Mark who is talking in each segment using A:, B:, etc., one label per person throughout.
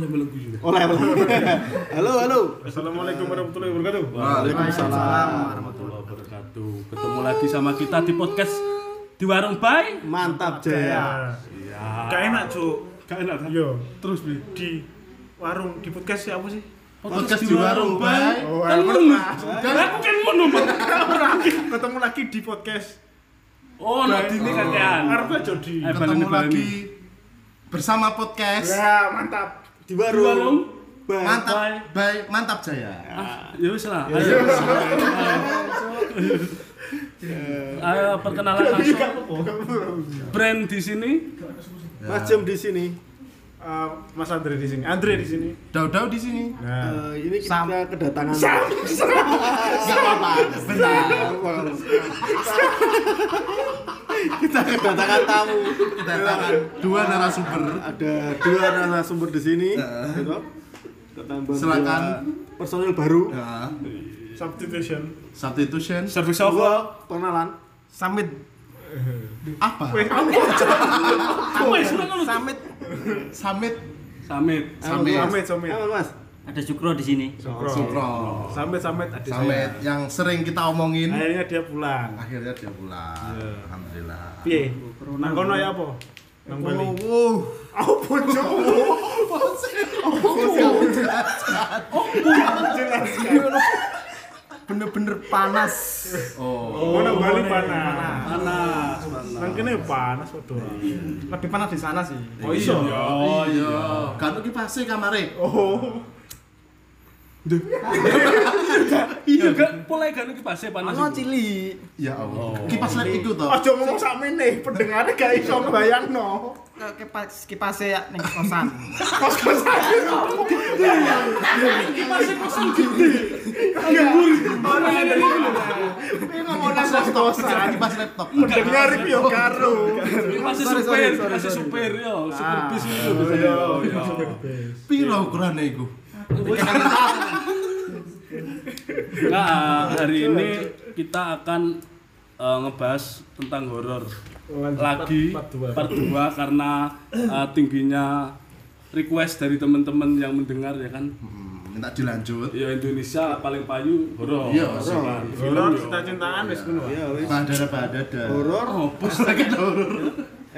A: Oleh, oleh. halo, halo.
B: Assalamualaikum warahmatullahi wabarakatuh.
A: Waalaikumsalam.
B: warahmatullahi wabarakatuh. Ketemu lagi sama kita di podcast di warung Bay.
A: Mantap Jaya.
B: Iya.
C: Gak enak cuk
B: Gak enak. kan?
C: Yo
B: Terus beli
C: di warung di podcast ya apa sih?
B: podcast di warung Bay.
C: Oh,
B: Kan
C: aku
B: ngono.
C: tak-
B: Lah, Aku kan ngono, Pak.
C: Ketemu lagi di podcast.
B: Oh, nanti ini kakean.
C: Arep jadi.
B: Eh, baleni,
D: ketemu
B: baleni.
D: lagi bersama podcast
C: Ya mantap.
A: Di
B: Di warung.
A: warung. Bang.
D: mantap
B: Bye.
D: bye mantap jaya
B: Ah, Ya wis lah. Ayo. Ayo perkenalan langsung. Brand di sini.
A: Mas Jem di sini.
C: Eh, Mas Andre di sini. Andre di sini.
D: dau dau di sini
C: Nah.
A: Eh, ini kita kedatangan. Nggak apa-apa. Nggak apa-apa. kita kedatangan tamu.
D: kedatangan dua narasumber
A: Ada dua narasumber di sini. Gitu. Ketambah
D: Silakan.
A: dua personil baru.
D: ya,
C: Substitution.
D: substitution
B: Service
A: Coba
B: over.
A: pengenalan.
E: Summit.
D: apa
C: Weh, apa?
B: Wis ngono.
E: Summit.
D: summit
B: Samit.
D: Summit.
C: Samit, samit.
A: Apa, Iya, Mas?
F: Ada Jukro di sini.
C: Syukro.
D: sukro
C: Samit, samit adik
D: summit
B: Iya.
C: saya.
D: yang sering kita omongin
C: Akhirnya dia pulang.
D: akhirnya dia pulang
B: Iya.
D: alhamdulillah
C: Piye? Nang kono ya apa? Nang Bali.
D: wow
C: Apa cuk?
E: Bener-bener panas.
C: Oh,
D: oh
C: nang Bali panas.
B: Panas, panas.
C: Nang kene panas waduh.
E: Lebih panas di sana sih.
C: Oh iya.
B: Oh iya.
D: kan ki pasti kamare
C: Oh.
B: Iya gak mulai gak iki pasti panas. iku.
E: Panas cili.
D: ya
B: Oh.
D: allah kipas lek iku to
C: Aja ngomong sak mene, pendengare gak iso mbayangno.
E: Kipas kipase ya ning kosan.
B: Pasti kosong gede. Kabur.
D: kipas laptop kipas laptop
C: Pendengar iki
A: Iya.
C: yo karo.
B: Pasti
E: Sorry,
B: supir,
E: sorry,
B: pasti
E: sorry.
B: supir yo, supir bis itu.
D: piro ukurane iku
B: Nah, hari ini kita akan eh, ngebahas tentang horor lagi part 2 karena eh, tingginya request dari teman-teman yang mendengar ya kan
D: Hmm, minta dilanjut
B: ya Indonesia paling payu horor
D: Iya,
B: horor kan.
C: Horor cinta-cintaan wis ngono.
A: Ya wis.
D: Badada badada.
A: Horor,
B: Oh, bos
D: Astaga horor.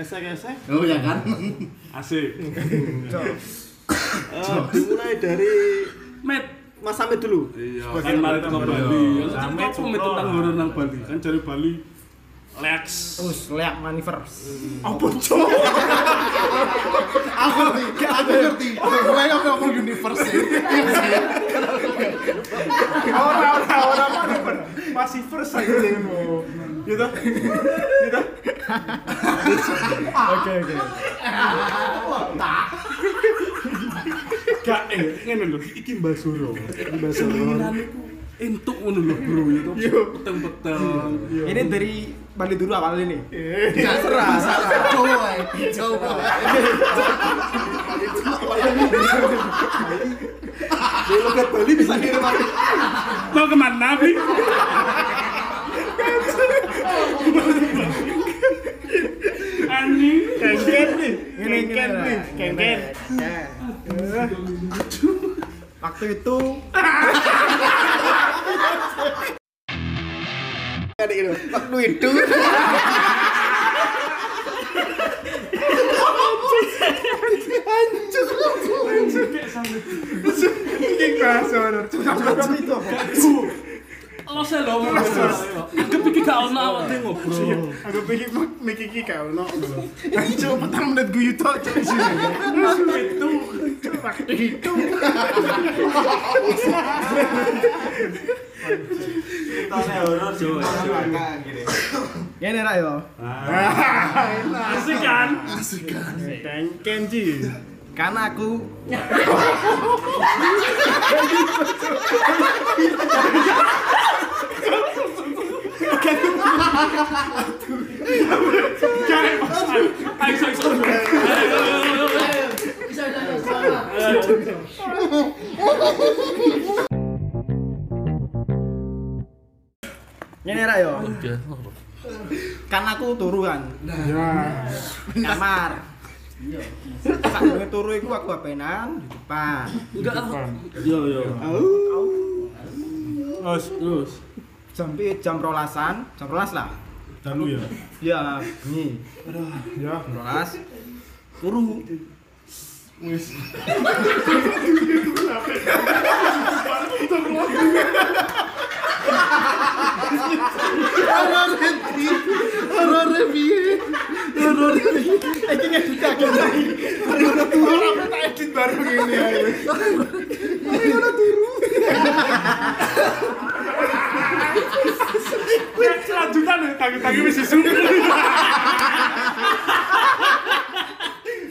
A: esek-esek.
D: Oh ya kan.
B: asik
A: Eh, dimulai dari
B: met
A: Mas Samit dulu.
B: iya
A: Sebagai
B: kan mari ke
C: orang
B: Bali Ya,
D: Iya.
B: cerita
C: Samit
B: apa met tentang
C: Sukron.
B: horor nang Bali kan dari Bali Lex
E: Terus leak maniver.
C: Apa cuk?
D: Aku ngerti, aku ngerti. Gue yang ngomong universe. e? Iya sih.
C: Ora ora ora apa masih first aja ngono. Gitu. Gitu. Oke oke. Gak eh ngene lho, iki Mbak Suro.
A: Mbak Soron.
B: keinginan itu entuk ngono lho bro itu peteng-peteng
C: Iya,
E: Ini dari Bali dulu awal ini.
D: Enggak serah. Coba, coba.
A: Di logat Bali bisa kirim aku.
B: mau kemana Bi? anjing
C: Kengken nih.
E: Ini ini,
C: Kengken
E: ini.
C: nih. Kengken.
E: Eh. Waktu itu
A: Kayak gitu. Waktu itu.
C: Iki Mbak Suro. Cuma itu apa?
B: lo saya lo mau kepikir gak ono awak dhewe ngobrol
C: Aku pikir mikir iki gak ono lho.
D: Coba petang menit gue yuto.
C: itu waktu itu
E: ini rak yo.
C: asik kan
D: Asik kan.
C: kengken ji
E: Karena aku
B: ayo ayo ayo
E: ini rak yo. Karena aku turu kan. Kamar. Sak durunge turu iku aku apenan di depan.
B: Enggak. Yo yo.
C: Terus
B: Terus.
E: Jam pi- jam rolasan, jam rolas lah.
C: dalu ya.
E: Ya, bengi.
C: Ya.
E: Rolas. Turu.
D: Horor henti. Horor piye? Horor piye?
E: Iki ngedit aku lagi.
C: Tak edit baru gini ya. Ini Selanjutnya nih, tangi-tangi masih sumber.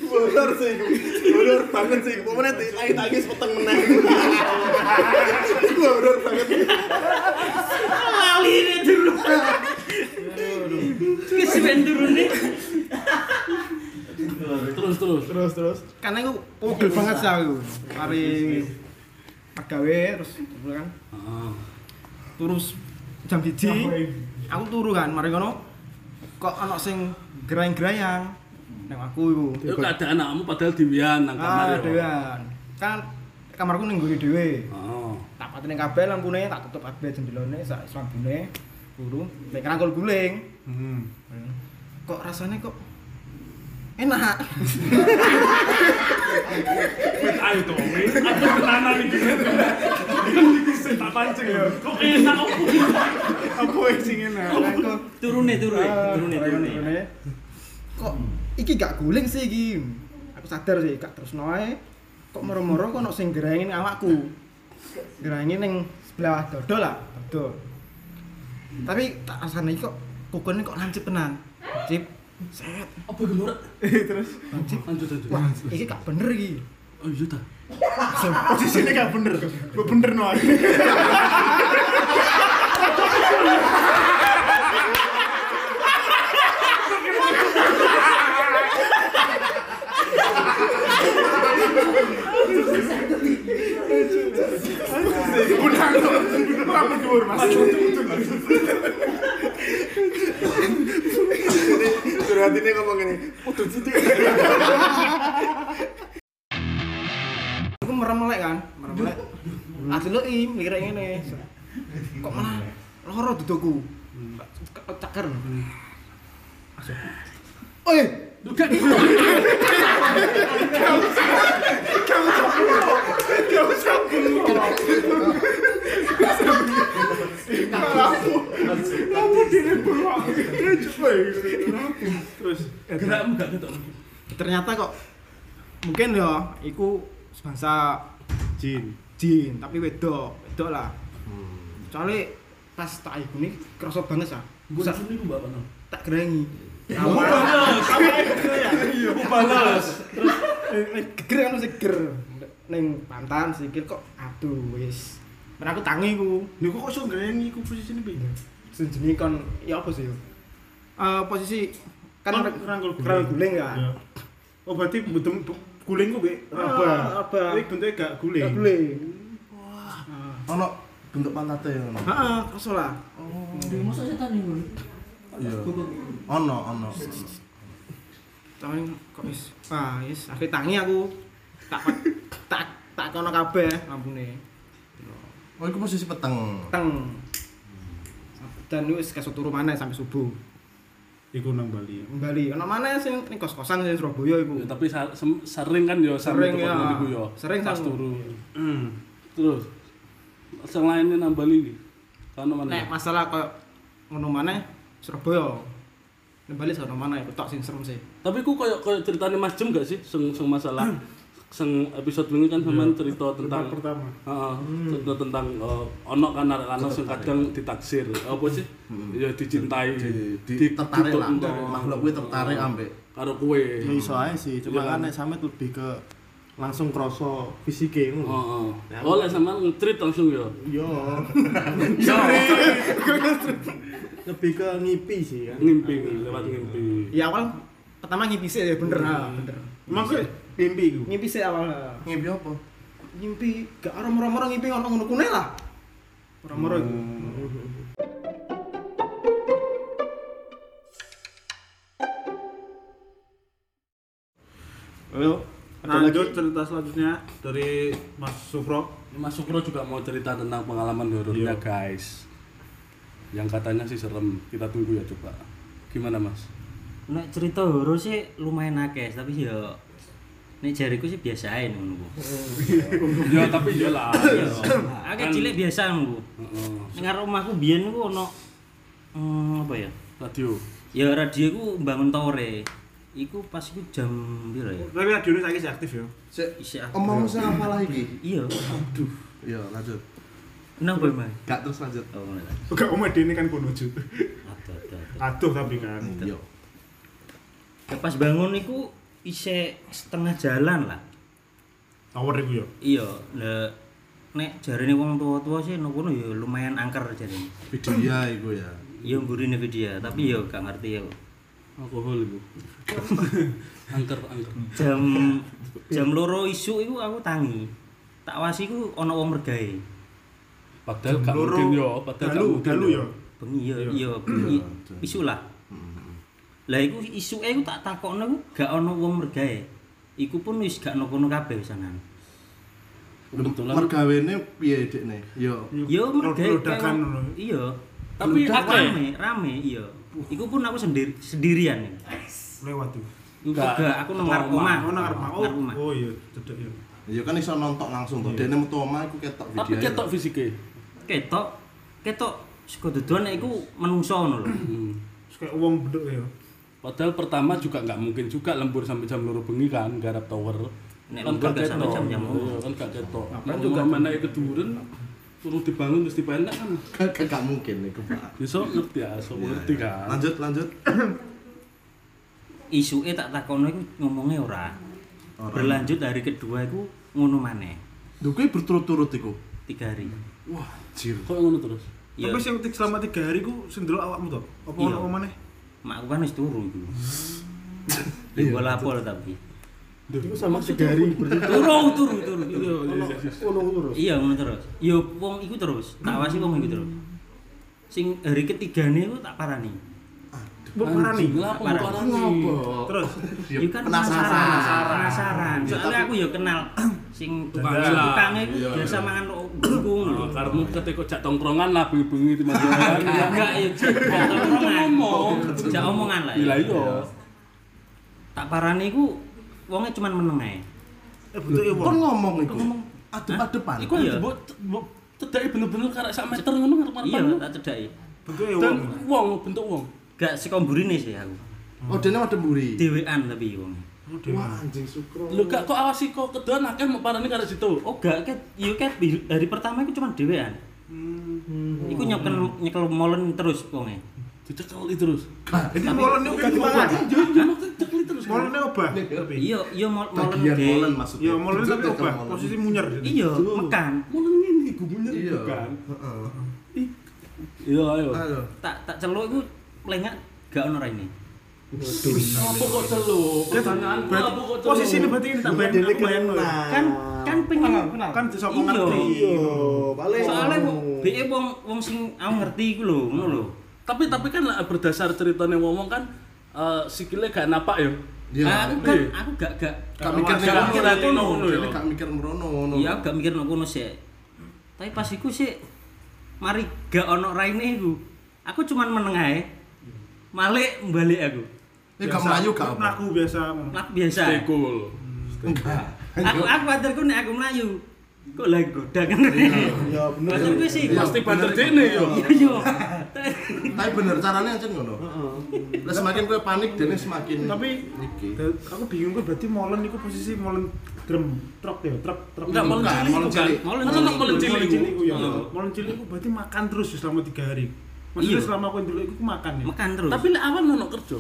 A: Bener sih, bener banget sih. Pokoknya nanti lagi tangis peteng menang. Bener banget.
B: Terus terus.
C: Terus terus.
E: Karena aku pegel banget sih aku. Mari pegawai terus turu kan.
B: Ah.
E: Terus jam 1 aku turu kan mari ngono kok ana sing gerayang-gerayang nang aku iku.
B: Itu keadaan anakmu padahal diwian nang kamar
E: Ah,
B: ya.
E: dewean. Kan kamarku ning nggone dhewe.
B: Oh.
E: Tak pateni kabeh lampune, tak tutup kabeh jendelane, sak slambune, turu, nek kerangkul guling. Kok rasanya kok enak.
C: Ayo dong, Wi. aku tenanan nih gini. Ini gini sih, tak pancing ya. Kok enak aku? Apa yang sing enak?
E: Kerangkul
F: turune turune turune turune
E: turune. Kok iki gak guling sih iki. Aku sadar sih gak terus noe. Kok moro-moro kok ono sing gerangin awakku. Gerangin ning sebelah dodo lah, dodo. Tapi tak rasane iki kok kukunya kok lancip tenan. Lancip. Set.
B: Apa gemur?
E: Terus lancip.
B: Lanjut lanjut.
E: Wah, iki gak bener iki.
B: Oh iya ta.
C: Posisinya gak bener. Gue bener no aku. Benang no. Benang berdua, Mas.
A: Curhat ini ngomong ini. Udah jadi.
E: Aku merem melek kan, merem melek. Ati lo im, lirik ngene. Kok malah loro dudoku. Kok ceker. Oi,
C: Kamu diri beruang. Ya, coba ya. Terus.
B: Gerakmu gak ketok.
E: ternyata kok mungkin ya iku sebangsa
C: Jin.
E: jin, tapi wedok, wedok lah. Soalnya pas tak ibu nih kerasa banget sah.
B: Gue sini ku Mbak Pano.
E: Tak gerengi. Geger kan seger. Neng pantan sikil kok aduh wis. Men aku tangi ku.
C: Nih kok kosong gereng iku posisine piye?
E: Senjeni kon ya apa sih yo? Eh posisi kan
C: Kon kerangkul guling.
E: kerangkul guling kan.
C: Ya. Oh berarti butem guling ku be
E: Ah,
C: raba.
E: raba.
C: Tapi bentuknya gak guling.
E: Kerangkul guling.
D: Ono bentuk pantate ya ono.
E: Heeh, kerasa lah.
F: masa setan ini
D: Ono ono.
E: Tangi kok wis. Ah, wis akhirnya tangi aku. Tak tak tak kono kabeh lampune.
D: Oh iku posisi peteng.
E: Teng. Dan wis kesuk turu maneh sampai subuh.
C: Iku nang Bali. ya.
E: Bali, ono maneh sing ning kos-kosan sing Surabaya iku.
B: Ya, tapi sa- sem- sering kan yo
E: Sering,
B: sampe tempat
E: ya.
B: niku yo.
E: Sering,
B: pas
E: Sang.
B: turu. Terus sing lainnya nang Bali iki. Kan mana?
E: Nek masalah koyo ngono maneh Surabaya. Nek Bali sono maneh iku tok sing serem sih.
B: Tapi ku koyo koyo ceritane Mas Jem gak sih sing sing masalah sing episode ini kan sampean cerita tentang
C: Tentang pertama.
B: Heeh, cerita tentang eh, ono kan anak-anak sing kadang ditaksir. Apa sih? Ya dicintai,
D: Di, di,
B: di-
D: tertarik lah. Nah.
B: dituntut.
D: Makhluk kuwi tertarik ambek
B: karo kowe.
A: Ya iso ae sih, cuma kan nek sampe lebih ke langsung kroso fisike ngono.
B: Heeh. Oh, lek sampean ngetrit langsung ya.
A: Yo. Lebih ke ngipi sih kan.
B: Ngimpi lewat ngimpi.
E: Ya awal pertama ngimpi sih ya bener. Ha, bener.
C: Maksud mimpi iku.
E: Ngimpi sih awal. ha.
D: ngipi apa?
E: Ngimpi gak ora moro-moro ngimpi ono ngono kune lah. Moro-moro iku.
C: Ayo.
A: Ada
C: Lanjut cerita selanjutnya dari Mas Supro.
B: Mas Sukro juga mau cerita tentang pengalaman horornya guys. Yang katanya sih serem. Kita tunggu ya coba. Gimana Mas?
F: Nek cerita horor sih lumayan akeh, tapi ya nek jariku sih biasain ngono ku.
B: ya tapi ya lah. ya.
F: Iya. Akeh cilik biasa ngono ku.
B: Heeh.
F: Ning ngarep omahku biyen ku ono hmm, apa ya?
B: Radio.
F: Ya radio ku bangun tore. Iku pas iku jam piro ya?
C: Tapi radio ini saiki sih aktif ya.
D: Sik,
F: Isih aku.
D: omong sing apalah iki?
F: Iya.
D: Iya, lanjut.
F: Kenapa, Mas?
D: Gak terus lanjut.
F: Oh, ngono ta.
C: Enggak komedi ini kan konoju.
F: Aduh, aduh, aduh.
C: Aduh tapi kan.
D: Iya.
F: Ya, Pas bangun iku isih setengah jalan lah.
C: Tower iku ya.
F: Iya, lek nek jarine wong tua-tua sih nek kono ya lumayan angker jarine.
D: Video iku ya.
F: Ya nggurine video, tapi ya gak ngerti ya.
B: Alkohol itu. angker, angker.
F: Jam jam loro isu iku aku tangi. Tak wasi iku ana wong mergae.
B: Padahal gak mungkin yo, padahal gak
C: Dalu,
B: mungkin
C: dalu ya.
F: Bengi ya, iya bengi. Isu lah.
C: Mm-hmm.
F: Lah iku isuke iku tak takokno iku gak ana wong mergae. Iku pun wis gak ono kono kabeh wisanan.
B: Kebetulan.
D: Mergawene piye dekne? Yo.
F: Ya mergae.
C: Ledakan
F: kayak-
C: ngono.
F: Iya.
B: Tapi akeh.
F: Rame, rame iya. Iku pun aku sendiri sendirian.
C: Lewat tuh.
F: Iku
B: Enggak.
F: gak, aku nang
B: Nang
F: ngarep
B: omah.
F: omah.
C: Oh nang arep mau.
F: Ngarep omah.
C: Oh iya, cedek ya.
D: Ya kan iso nonton langsung to. Dekne metu omah iku ketok video. ya.
B: Tapi ketok fisiknya.
F: ketok ketok sego dodoan iku menungso ngono lho.
B: Hmm.
C: Terus kayak uang bedek ya.
B: Padahal pertama juga nggak mungkin juga lembur sampai jam loro bengi kan garap tower.
F: Nek
B: kan
F: lembur
B: gak
F: gak sampai ya,
B: ketok.
F: jam-jam loro.
B: Iya, Kan gak ketok. Kan juga mana itu turun suruh dibangun terus dipenek kan.
D: Gak mungkin iku, Pak.
B: Bisa ngerti ya, so
D: Iya,
B: ngerti
D: iya.
B: kan.
D: Lanjut, lanjut.
F: Isuke tak takono iku ngomongnya ora.
D: Ora.
F: Berlanjut hari kedua iku ngono maneh.
D: Lho kuwi berturut-turut iku.
F: Tiga hari.
D: Wah, jir.
B: Kok ngono terus?
F: Iya.
C: Tapi sing tik- selama 3 hari ku sendel awakmu to. Apa
F: Iya.
C: ono apa maneh?
F: Mak aku kan wis turu iku. Iku lapo lho tapi.
A: Itu sama tiga hari
F: Turu turu turu. turu.
A: Ono lurus.
F: Iya ngono terus. Ya wong iku terus. Tak wasi wong iku terus. Sing hari ketigane iku tak parani.
C: Mbok parani.
B: Anjing, Lah, apa
F: Parah.
B: parah nih?
D: Ngopo?
C: Terus
D: Ya,
F: Iya kan
D: penasaran.
F: Penasaran. Soalnya aku ya kenal sing tukang
B: Janda.
F: tukangnya iku
D: Iya,
F: biasa mangan iku ngono lho.
B: Oh, karena ketika jak tongkrongan lah bengi-bengi di mana
F: Enggak ya, Cuk. Gak tau omongan.
B: ngomong.
F: Jak omongan lah.
B: Iya
F: ya.
B: iya.
F: Tak parani iku wonge cuman meneng ae.
C: eh bentuk ya
D: Kon
C: wong.
D: ngomong iku. Adep-adepan.
B: Iku
F: Iya.
B: ya mbok mbok cedake bener-bener karek sak meter
F: Iya,
B: ngono ngarep-ngarepan.
F: tak cedhaki.
C: Bentuk ya
B: Dan
C: wong.
B: wong bentuk wong.
F: Gak sekomburine sih aku.
D: Oh, dene madhe mburi.
F: Dewean tapi wong.
C: Oh, dewe.
A: Wah anjing syukur.
B: Lho gak kok awasi kok kedoan akeh mbok parani karek situ.
F: Oh gak ket, yo ket di- hari pertama iku cuman dewean. Iku nyekel nyekel molen terus ya? wonge.
B: Dicekeli terus.
C: Jadi molen niku kan mangan.
B: Yo yo dicekeli terus.
C: Molen niku obah. Tapi
F: Iya, iya mol- molen.
D: Bagian
F: ge-
D: molen maksudnya.
C: ya molen tapi
D: Jujur,
C: obah.
D: molen.
C: Posisi munyer.
F: Iya, mekan.
B: Mulai ngene iku bener
D: Iya.
B: iku kan.
D: Heeh.
B: Ih. Iya ayo.
D: Aduh.
F: Tak tak celuk iku lengak gak ono raine.
B: Apa kok celup? Pertanyaan
C: Berarti
B: apa kok celup?
C: posisi ini berarti ini tak bayangin.
A: Dele
C: aku bayangin loh ya.
A: kenal.
F: Kan kan pengen
E: kenal.
C: Kan bisa
F: Iya.
C: ngerti.
A: Iya, paling
F: soalnya bu, be wong wong sing aku ngerti iku lho, ngono lho.
B: Tapi tapi kan lah berdasar ceritanya ngomong kan eh, sikile gak napak ya.
D: Iya.
F: Nah, aku kan aku gak gak
D: Gak mikir
B: Gak
D: nek
B: mikir aku ngono ya.
D: Dene gak mikir merono ngono.
F: iya aku gak mikir nang kono sih. Tapi pas iku sih mari gak ono raine iku. Aku cuman meneng ae. Malik balik aku.
D: Eh, gak melayu gak apa.
C: Melaku biasa.
F: Lak biasa.
B: Stay cool.
D: Enggak.
F: Aku aku antarku nek aku mlayu. Kok lagi godakan.
A: Ya bener.
F: Maksud gue sih.
B: Pasti banter dene yo.
F: Iya yo.
D: Tapi bener caranya aja ngono. Lah semakin kowe panik dene semakin
C: Tapi
D: iki.
C: da- aku bingung kok berarti molen niku posisi molen drum truk ya, truk truk.
B: Enggak mau
D: Enggak,
B: cilik
D: molen
B: bukan.
D: cilik.
B: Molen
F: Molen
B: cilik.
F: cilik.
B: Molen cilik iku.
C: iku ya.
B: Iya.
C: Molen cilik iku berarti makan terus ya selama 3 hari. Maksudnya
F: Iya.
C: selama aku ndelok iku aku makan ya.
F: Mekan terus.
B: Tapi lek awan ono kerja.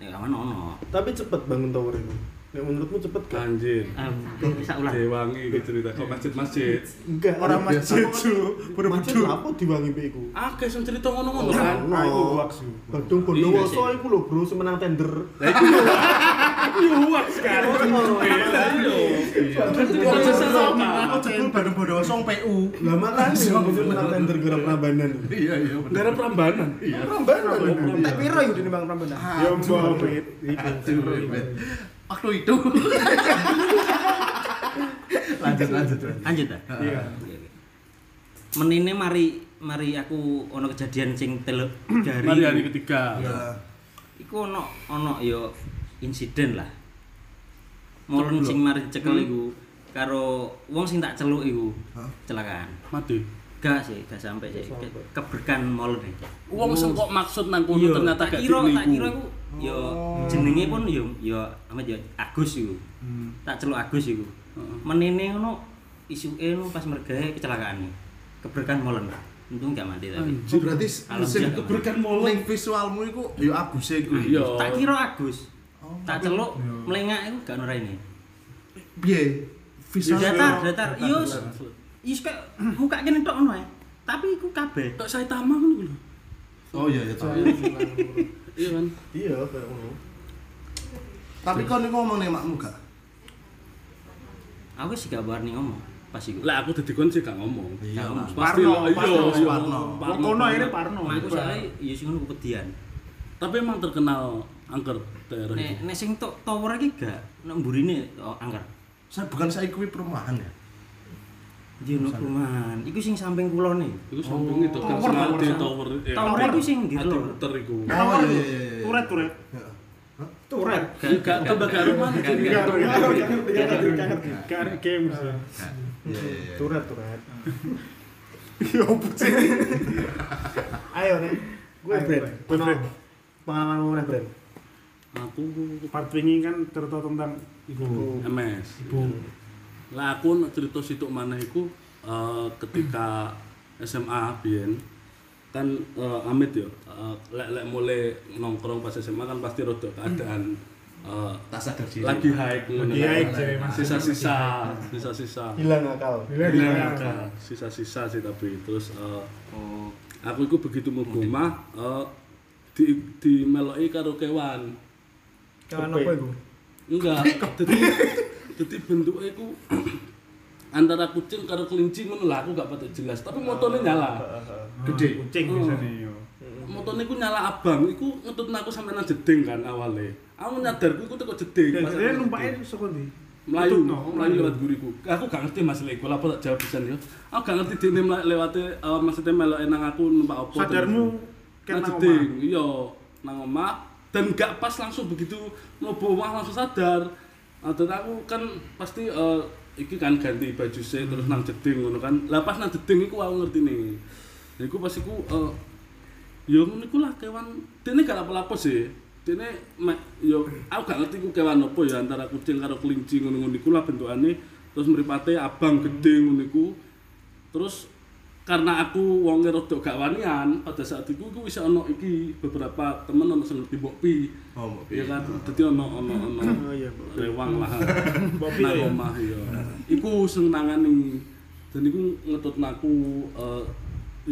F: nek kawan ono.
A: Tapi cepet bangun tower ini. Nek menurutmu cepet gak?
B: Anjir.
F: Ah, bisa ulang.
B: Dewangi iki cerita kok masjid-masjid.
A: Enggak.
D: Orang
A: biasa
D: masjid,
A: kok.
C: Cu,
A: Macet
C: Borobudur.
A: apa diwangi be iku? Nah, oh.
B: Akeh sing cerita ngono-ngono kan.
A: Ono.
C: Ah, iku hoax iku.
A: Bandung Bondowoso iku lho bro semenang tender.
D: Ojo sama aku jebul baru bodo song PU.
A: Lah makane semenang tender gara Prambanan.
D: Iya iya bener.
B: Gara Prambanan.
A: Prambanan.
E: Tak piro yo dene Bang Prambanan.
D: Ah,
C: Ya mbok.
D: Aduh, ribet. waktu itu lanjut lanjut lanjut.
F: lanjut ta
C: Iya.
F: menine mari mari aku ono kejadian sing telu dari
B: Mari hari ketiga.
F: iku ono ono yo insiden lah molen sing mari cekel iku karo wong sing tak celuk iku celakaan
B: Mati.
F: gak sih gak sampai sih Ke- keberkan molen iki
B: Wong sing kok maksud nang kono ternyata
F: tak
B: gak
F: kira tak kira
B: niku.
F: iku yo jenenge pun yo yo amat yo Agus iku tak celuk Agus iku menene ngono isuke ngono pas mergahe kecelakaan iki keberkan molen untung gak mati tapi
D: Oh, berarti sing
F: Alhamdulillah.
D: keberkan ning visualmu iku ya abuse kuwi.
B: Iya.
F: tak kira Agus tak celuk melengak iku gak ono raine
D: Piye?
F: Yo
D: Visual.
F: datar datar yo is kok muka kene tok ngono ae tapi iku kabeh
B: Kok saya tamah ngono lho.
D: Oh iya ya tahu.
B: Iya kan.
A: Iya, kayak ngono.
D: Tapi kon iku ngomong ning makmu gak?
F: aku sih gak berani ngomong pas iku
B: Lah aku dadi kon sih gak ngomong.
D: Iya,
F: Gak ngomong.
D: Mas.
B: Pasti
C: Parno,
B: lah, Oh, iya,
C: Parno,
B: iya.
D: Parno.
C: Wong kono akhirnya Parno.
F: Mak aku soalnya yo sing ngono kepedian
B: Tapi emang terkenal angker daerah
F: nek
B: itu.
F: nek sing tok tower iki gak nek mburine oh, angker
D: Saya bukan saya kuwi perumahan ya.
F: Ndi ono perumahan. Iku sing samping kulone.
B: Iku
F: Oh.
B: samping itu kan semati tower. eh,
F: Tower
B: apa?
F: iku sing ndi
B: Ati
F: lho.
B: puter iku.
D: Oh iya iya iya, iya.
C: Turet turet.
D: Heeh.
E: Turet.
B: Enggak kebaga rumah
F: Gak-
B: jadi
F: gak-
B: gantung.
C: Gak ada game sih.
D: Iya iya iya.
E: Turet, turet.
C: Ya opo sih?
A: Ayo, Nek. Gue
E: Ayo,
A: brand.
C: Gue, Brand.
A: Pengalaman mana brand?
B: Aku
C: Part wingi kan cerita tentang ibu.
B: MS.
C: Ibu.
B: Lah aku nak cerita situk maneh iku eh, ketika SMA biyen kan eh, amit yo eh, lek-lek mulai nongkrong pas SMA kan pasti rada keadaan eh,
D: Tak sadar diri.
B: lagi high ngono.
C: Lagi high, jadi masih-
B: sisa-sisa, sisa-sisa.
A: Hilang akal.
B: Hilang akal. Sisa-sisa sih tapi terus eh,
C: Oh.
B: aku itu begitu mau ke rumah eh, di di karo kewan.
E: Kawan apa iku?
B: Enggak. Jadi jadi bentuknya itu antara kucing karo kelinci ngono lah aku gak patut jelas, tapi motornya nyala.
D: Gede.
C: Kucing
B: Oh.
C: biasanya yo.
B: Motornya ku nyala abang, iku ngetutna aku sampe nang jeding kan awalnya. Aku nyadar ku iku teko jeding.
C: Dan
B: pas
C: dia
B: aku
C: numpaknya sekolah di.
B: Melayu,
C: Tutupno.
B: Melayu lewat guriku. Aku gak ngerti masalah iku, apa tak jawab pisan yo. Aku gak ngerti dene mel- lewate eh, maksudnya meloke nang aku numpak opo.
C: Sadarmu
B: kan
C: kena
B: nang
C: omah.
B: Iya, nang omah dan gak pas langsung begitu mlebu omah langsung sadar. Nah, dan aku kan pasti eh, iki kan ganti baju sih terus nang jeding ngono kan. Lah pas nang jeding iku aku ngerti nih. Nah, iku pas iku eh, yo ngono iku lah kewan dene gak apa-apa sih. Dene me- yo aku gak ngerti ku kewan apa ya antara kucing karo kelinci ngono-ngono iku lah bentukane terus mripate abang gede ngono iku. Terus karena aku wonge rada gak wanian pada saat itu aku bisa ono iki beberapa temen ono sing ngerti mbok pi.
D: Oh, mbok pi.
B: Iya kan dadi ono ono ono rewang lah.
C: Mbok pi
B: Nang
C: ya?
B: omah ya. Iku sing nangani dan iku ngetutna aku eh,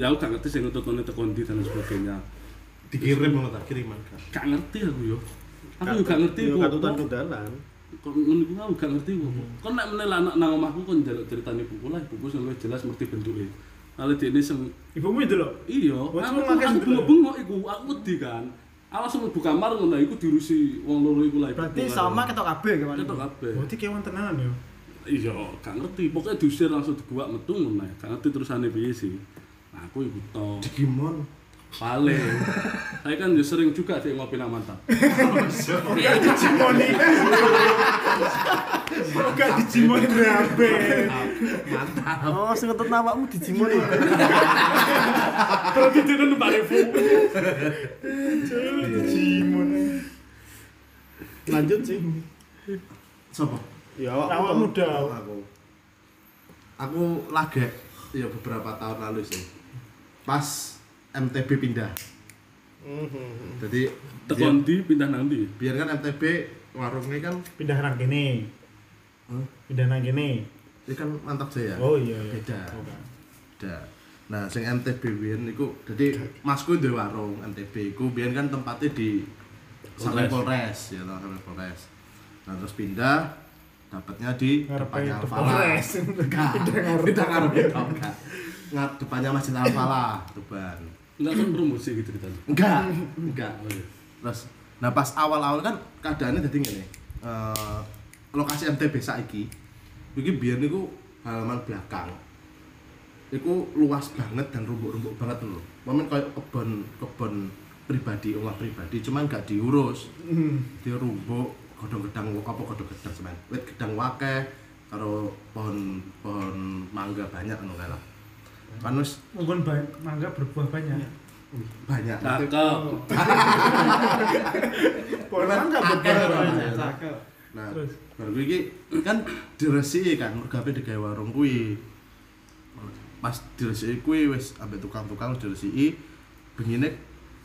B: ya aku gak ngerti sing ngetutne teko ndi dan sebagainya.
D: Dikirim ngono tak kiriman kan.
B: Gak ngerti aku yo. Aku juga Hmm. gak ngerti
A: Yo
B: aku.
A: katutan kudalan.
B: Kon ngono iku aku gak ngerti kok. Kon nek menel anak nang omahku kon njaluk ceritane buku lah buku sing luwih jelas ngerti bentuke. Ale dene sing
C: Ibumu itu loh.
B: Iya, aku
C: Wah,
B: aku
C: cuma makan sebelah.
B: bengok-bengok iku, aku wedi kan. Awas mlebu kamar ngono iku diurusi wong loro iku lah.
E: Berarti sama ketok kabeh kawan.
B: ketok kabeh.
C: Berarti kewan tenanan yo.
B: Iya, gak ngerti. Pokoknya diusir langsung diguak metu ngono. ya. Gak ngerti terusane piye sih. Nah, aku iku to.
D: Digimon.
B: Paling. Saya kan ya sering juga sih ngopi nang mantap.
C: Cimoni. Gak di Cimoni berapa?
A: Oh, sing ngetut awakmu dijimon.
B: Kalau gitu kan numpak revu.
A: Dijimon. Lanjut sih.
D: Sopo?
A: Ya,
C: Awak muda.
D: aku aku lagek ya beberapa tahun lalu sih pas MTB pindah
C: Mm-hmm.
D: jadi biar,
B: Tekon di pindah nang ndi?
D: biar kan MTB warungnya kan
C: Pindah nang kene.
D: Hah?
C: Pindah nang kene.
D: ini kan mantap saya
C: Oh iya iya.
D: Beda.
C: Oh, kan.
D: Dah. nah sing MTB biar niku jadi masku di warung MTB ku biar kan tempatnya di sampai Polres ya toh, sampai Polres nah terus pindah dapatnya di
C: Ngarepe
D: depannya
C: depan
D: Alfalah
C: Polres.
D: enggak tidak ngarep itu enggak Ngarep depannya Masjid Alfalah Tuban
B: Enggak kan promosi gitu ceritanya.
D: enggak enggak
B: Oh iya.
D: terus nah pas awal-awal kan keadaannya jadi gini eh, lokasi MTB saiki iki biyen niku halaman belakang. Iku luas banget dan rumbuk-rumbuk banget lho. Momen kayak kebon kebon pribadi, omah pribadi cuman gak diurus. Dia rumbuk, godhong gedang apa godhong gedang cuman. Wit gedang wakeh karo pohon pohon mangga banyak ngono kae lah. Kan wis
C: Mungkin ba- mangga berbuah banyak.
D: banyak.
B: cakep
E: Orang nggak
D: Akeh
E: bergerak.
D: banget. Nah,
C: Terus?
D: baru gue iki kan diresi kan, mergape digawe warung kuwi. Pas diresi kuwi wis ambek tukang-tukang diresi bengine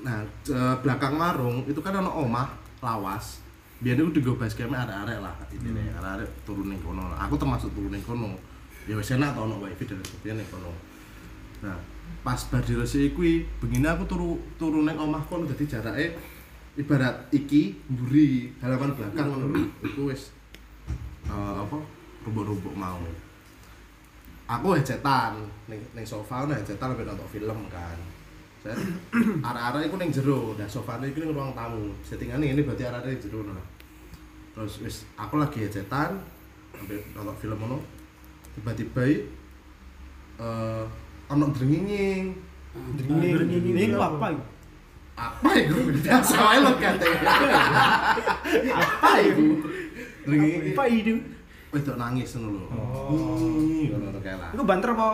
D: nah eh, belakang warung itu kan ana omah lawas. Biar itu digo base camp arek-arek lah intine arek-arek turun ning kono. Aku termasuk turun ning kono. Ya wis enak to ono wifi dan sebagainya ning kono. Nah, pas bar diresi kuwi bengine aku turu turun ning omah kono dadi jarake ibarat iki mburi halaman belakang ngono lho. Iku wis eh, apa rubuk-rubuk mau. Aku hecetan ning ning sofa ono hecetan sampe nonton film kan. Set arah-arah iku ning jero, nah sofane iku ning ruang tamu. Settingane ini berarti arah-arah ning jero ngono. lah. Terus wis aku lagi hecetan sampe nonton film ngono. Tiba-tiba eh ono drenginging
E: Ini itu apa? itu?
D: apa itu biasa wae lo kata apa itu dringi
E: Apa itu?
D: Oh, itu nangis ngono lho ngono kae lah
E: Itu banter apa?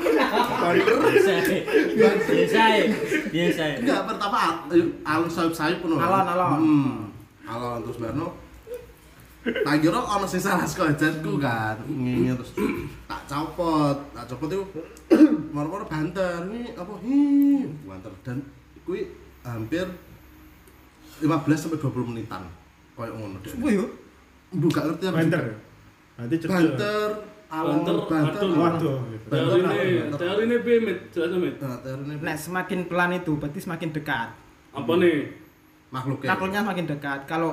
F: biasa biasa biasa
D: enggak pertama al- eh, alon sayup-sayup ngono lho.
E: Alon, alon.
D: Hmm, alon terus barno tak kira ono sing salah saka jajanku kan ngene terus tak copot tak copot itu moro-moro banter ini apa hi banter dan kuwi hampir 15 sampai 20 menitan koyo ngono deh.
E: Apa yo?
D: Bu gak ngerti aku
C: Banter.
D: juga.
C: Nanti cedek.
D: Banter, alon,
B: Banter,
D: banter,
B: aduh.
D: waduh. Banter,
B: teori ini
D: banter.
B: teori ini be mit jelasnya mit
D: Nah, teori ini
E: Nah, semakin pelan itu berarti semakin dekat.
B: apa nih
D: makhluk ya.
E: Takutnya semakin dekat. Kalau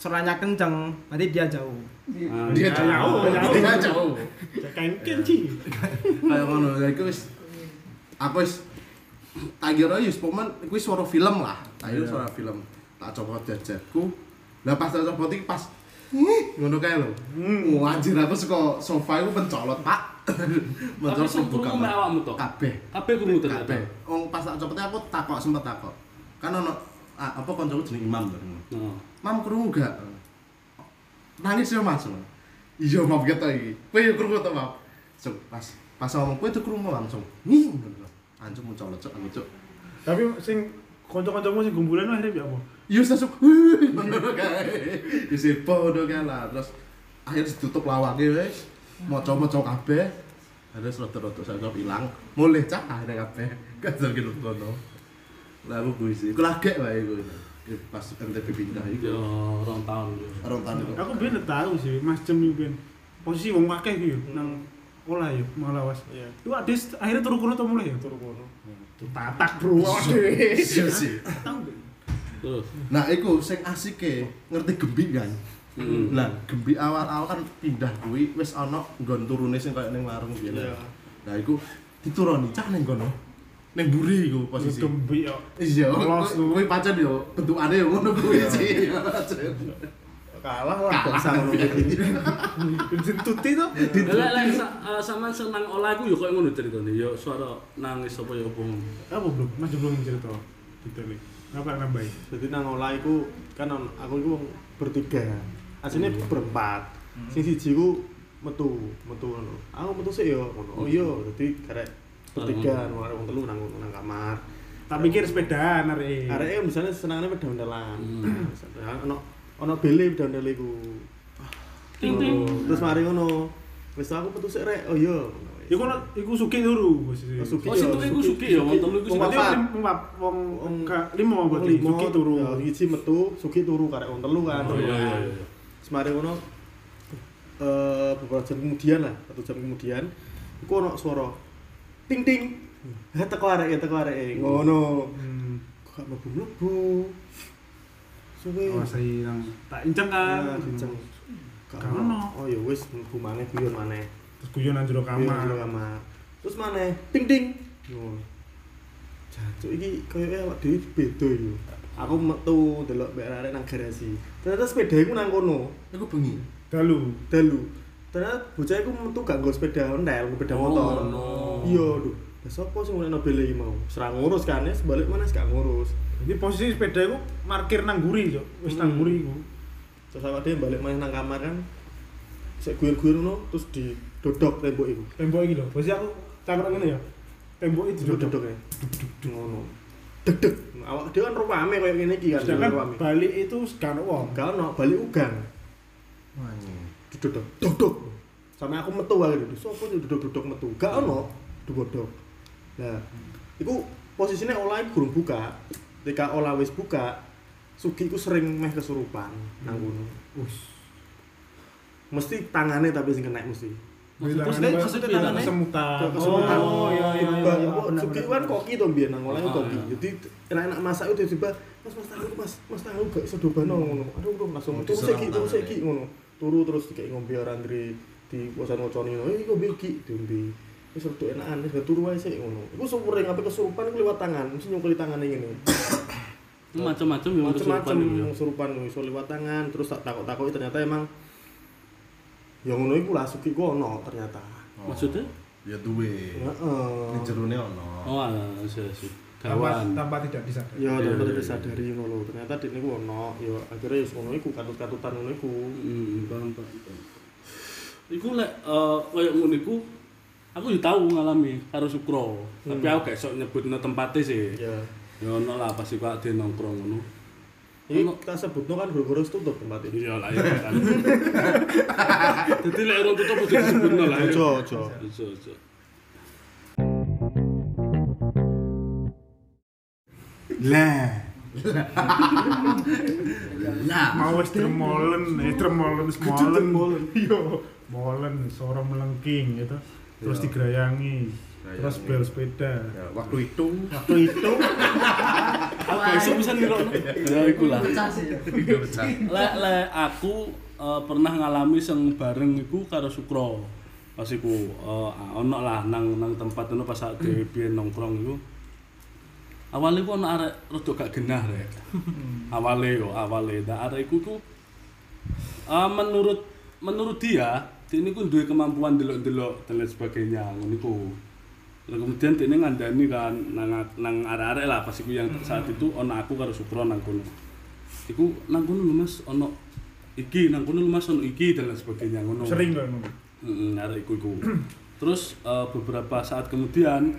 E: seranya kenceng, berarti dia jauh.
B: Ah,
D: Dia jauh, dia jauh.
C: Kain kenci.
D: Kayak ngono, ya iku wis aku wis tak kira wis pomen kuwi suara film lah. Tak kira suara film. Tak copot jajetku. Lah pas tak copot iki pas "Ih," ngono kae lho. Wah, anjir aku suka sofa iku mencolot, Pak.
B: tapi
D: Mencolot
B: sempurna
D: kebuka.
B: mbak awakmu toh
D: Kabeh.
B: kabeh krungu ternyata
D: kabeh. Wong Oh, pas tak copotnya aku takok sempet takok. Kan ono ah, apa kancaku jeneng Imam lho.
B: Nah,
D: Mam krungu gak? Nangis ya Mas. Iya mam kata iki. Kowe yo krungu to mam. Cuk, pas pas ngomong kowe tuh krungu langsung. Nih, anjung muncul cuk aku cuk.
C: Tapi sing kanca-kancamu sing gumbulan akhirnya piye apa?
D: Yo sesuk. Yo sepo do kan lah. Terus akhirnya ditutup lawange wis. Maca-maca kabeh. Terus rada-rada saya ilang. Mulih cah ada kabeh. Gak jare gitu kono. Lah aku kuwi sih. Aku lagek wae iku. Pas MTB pindah iku.
B: ya orang tahun ya.
D: Orang tanu.
C: Aku biyen tahu sih, Mas Jem iki biyen. Posisi wong akeh iki yo nang olah yo malawas. Iku adis akhirnya turu kono to mulai yo turu kono. Tatak bro. Waduh.
D: Iya sih.
C: Tahu nggak?
B: terus
D: Nah, iku sing asik e, ngerti gembi kan.
B: Mm.
D: Nah, gembi awal-awal kan pindah kuwi wis ana nggon turune sing kaya ning warung biyen. Nah, iku dituruni cah ning kono. Ning buri iku posisi.
C: Gembi yo.
D: Iya,
C: Los,
D: kuwi- kuwi pancen yo bentukane yo ngono kuwi sih.
E: Kalah
D: Kalah kuwi.
C: Jentuti to.
B: Lah lah sa- eh, sampean senang olah iku ya koyo ngono ceritane. Ya suara nangis apa ya apa. ngono.
C: Apa belum? Mas Jem belum cerita. Detail. Apa nambahin?
G: Jadi nang olah iku kan on- aku iku wong bertiga. Asline berempat. Sing siji ku metu, metu ngono. Aku metu sik yo ngono. Oh iya, dadi karek bertiga ngono arek wong telu nang nang kamar.
C: Tak pikir sepedaan arek.
G: Areke misalnya senangane pedang-pedalan. Ono ono bele pedang-pedal iku.
B: Ting ting.
G: Terus mari ngono. Wis aku metu sik rek. Oh iya. ngono.
C: Iku ono- iku suki turu. posisi.
G: Oh, Suki
B: Oh sing tuku iku sugih ya wong telu iku sing
G: Wong
C: Berarti
G: papat.
C: lim- wong wong
G: Wong-
C: ka- lima
G: Wong
C: berarti
G: limo,
C: suki turu.
G: ya, Siji metu, Suki turu karek wong telu kan.
B: Oh iya iya iya.
G: Semare ngono eh beberapa jam kemudian lah, satu jam kemudian iku ono suara ting ting. Ha teko arek, teko arek. Ngono.
C: Hmm.
G: Kok gak mlebu-mlebu. Suwe.
C: Oh, saya nang tak inceng
G: Ah,
C: kan.
G: diceng. Gak
C: Gak ono.
G: ono. Oh ya wis mlebu maneh guyon maneh.
C: Terus guyonan Iya, jero
G: Kamar
C: kamar.
G: kamar. Terus maneh ting ting. Ngono. Jancuk iki koyoke awak dhewe beda yo. aku metu delok mbek arek nang garasi ternyata sepeda iku nang kono
D: Iku bengi.
C: Dalu.
G: dalu ternyata bocah iku metu gak nggo sepeda ontel nggo sepeda motor iya duh lah sapa sing ngene nobel iki mau serang ngurus kan ya sebalik mana gak ngurus
C: Jadi posisi sepeda itu markir nang guri, Cok. Wis nang guri iku.
G: terus awak dhewe balik main nang kamar kan sik guyur-guyur ngono terus didodok tembok iku
C: Tembok iki lho. Posisi aku cangkruk ngene ya. Tembok itu duduk.
G: didodok ya duduk e. ngono deg deg awak dhewe kan rame koyo ngene iki kan
C: Sedangkan
G: rame
C: balik itu segan wong.
G: gak ono bali ugan duduk duduk sampe aku metu wae gitu sopo sing duduk-duduk metu gak ono duduk nah iku posisinya olah iku gurung buka ketika olah wis buka Sugi iku sering meh kesurupan nang kono mesti tangannya tapi sing kena mesti
C: Terus
A: dia- maksudnya tangannya?
C: semutan.
G: kesemutan
C: Oh, iya iya. Ah.
G: tiba Sugi kan koki to mbiyen nang olah koki jadi enak-enak masak itu tiba mas mas tanganku mas mas tanganku gak iso dobano ngono aduh aduh langsung
D: Oh,
G: turu
D: diserang
G: siki turu
D: tangannya.
G: siki ngono turu terus kayak ngombe orang dari di kosan ngoconi ngono "Eh, iki ngombe iki diombe wis rada enakan wis gak turu wae sik ngono iku sumure ngape kesurupan iku liwat tangan mesti nyungkeli tangane ngene
B: macam-macam yang
G: macem-macem
B: kesurupan itu ya.
G: kesurupan ngono iso liwat tangan terus tak takok-takoki ternyata emang ya ngono iku lah suki ku ono ternyata
D: Oh.
B: maksudnya
D: Ya duwe.
G: heeh
D: Ning jerone ono.
B: oh ala sih sih
C: Tanpa,
B: kawan
C: tanpa tidak
G: ya
C: disadari.
B: Iya,
G: tanpa
B: iya,
G: tidak
B: iya.
G: sadari ngono lho ternyata dene ku ono ya akhirnya ya ngono iku katut-katutan ngono iku
B: Hmm, paham, paham, paham. Iku lek eh, koyo ngono iku aku yo tau ngalami karo Sukro. Tapi aku gak iso nyebutno tempatnya sih.
G: ya
B: Ya ono lah pasti kok ade nongkrong ngono.
G: ini
B: Ono-
G: kita sebutno kan gara-gara wis tutup tempat ini
B: Iya lah ya. kan. Jadi lek urung tutup kudu disebutno lah.
G: Ojo, ojo.
B: Ojo, ojo.
C: Lah,
A: Lah,
C: mau wis tremolen, eh tremolen, semolen. Yo, molen, suara melengking gitu. Terus
D: Iya.
C: digerayangi. Terus
D: Gerayangi.
C: bel sepeda.
D: Ya, waktu itu
C: Waktu itu
B: Aku gak iso bisa nirokno. Ya iku lah.
A: pecah sih.
D: pecah.
B: Lek lek aku eh, pernah ngalami sing bareng iku karo Sukro. Pas iku eh, ono lah nang nang tempat ono pas awake dhewe biyen nongkrong iku. Awale ku ono arek rada gak genah rek. awale yo, awale. Nah, arek iku ku eh, menurut menurut dia, dia ini ku duwe kemampuan delok-delok dan lain sebagainya ngono iku. Lalu kemudian dia ini ngandani kan nang nang arek-arek lah pas iku yang saat itu ono aku karo Sukro nang kono. Iku nang kono lho Mas ono iki nang kono lho Mas ono iki dan lain sebagainya ngono.
C: sering kok ngono.
B: Mm, arek iku iku. Terus eh, beberapa saat kemudian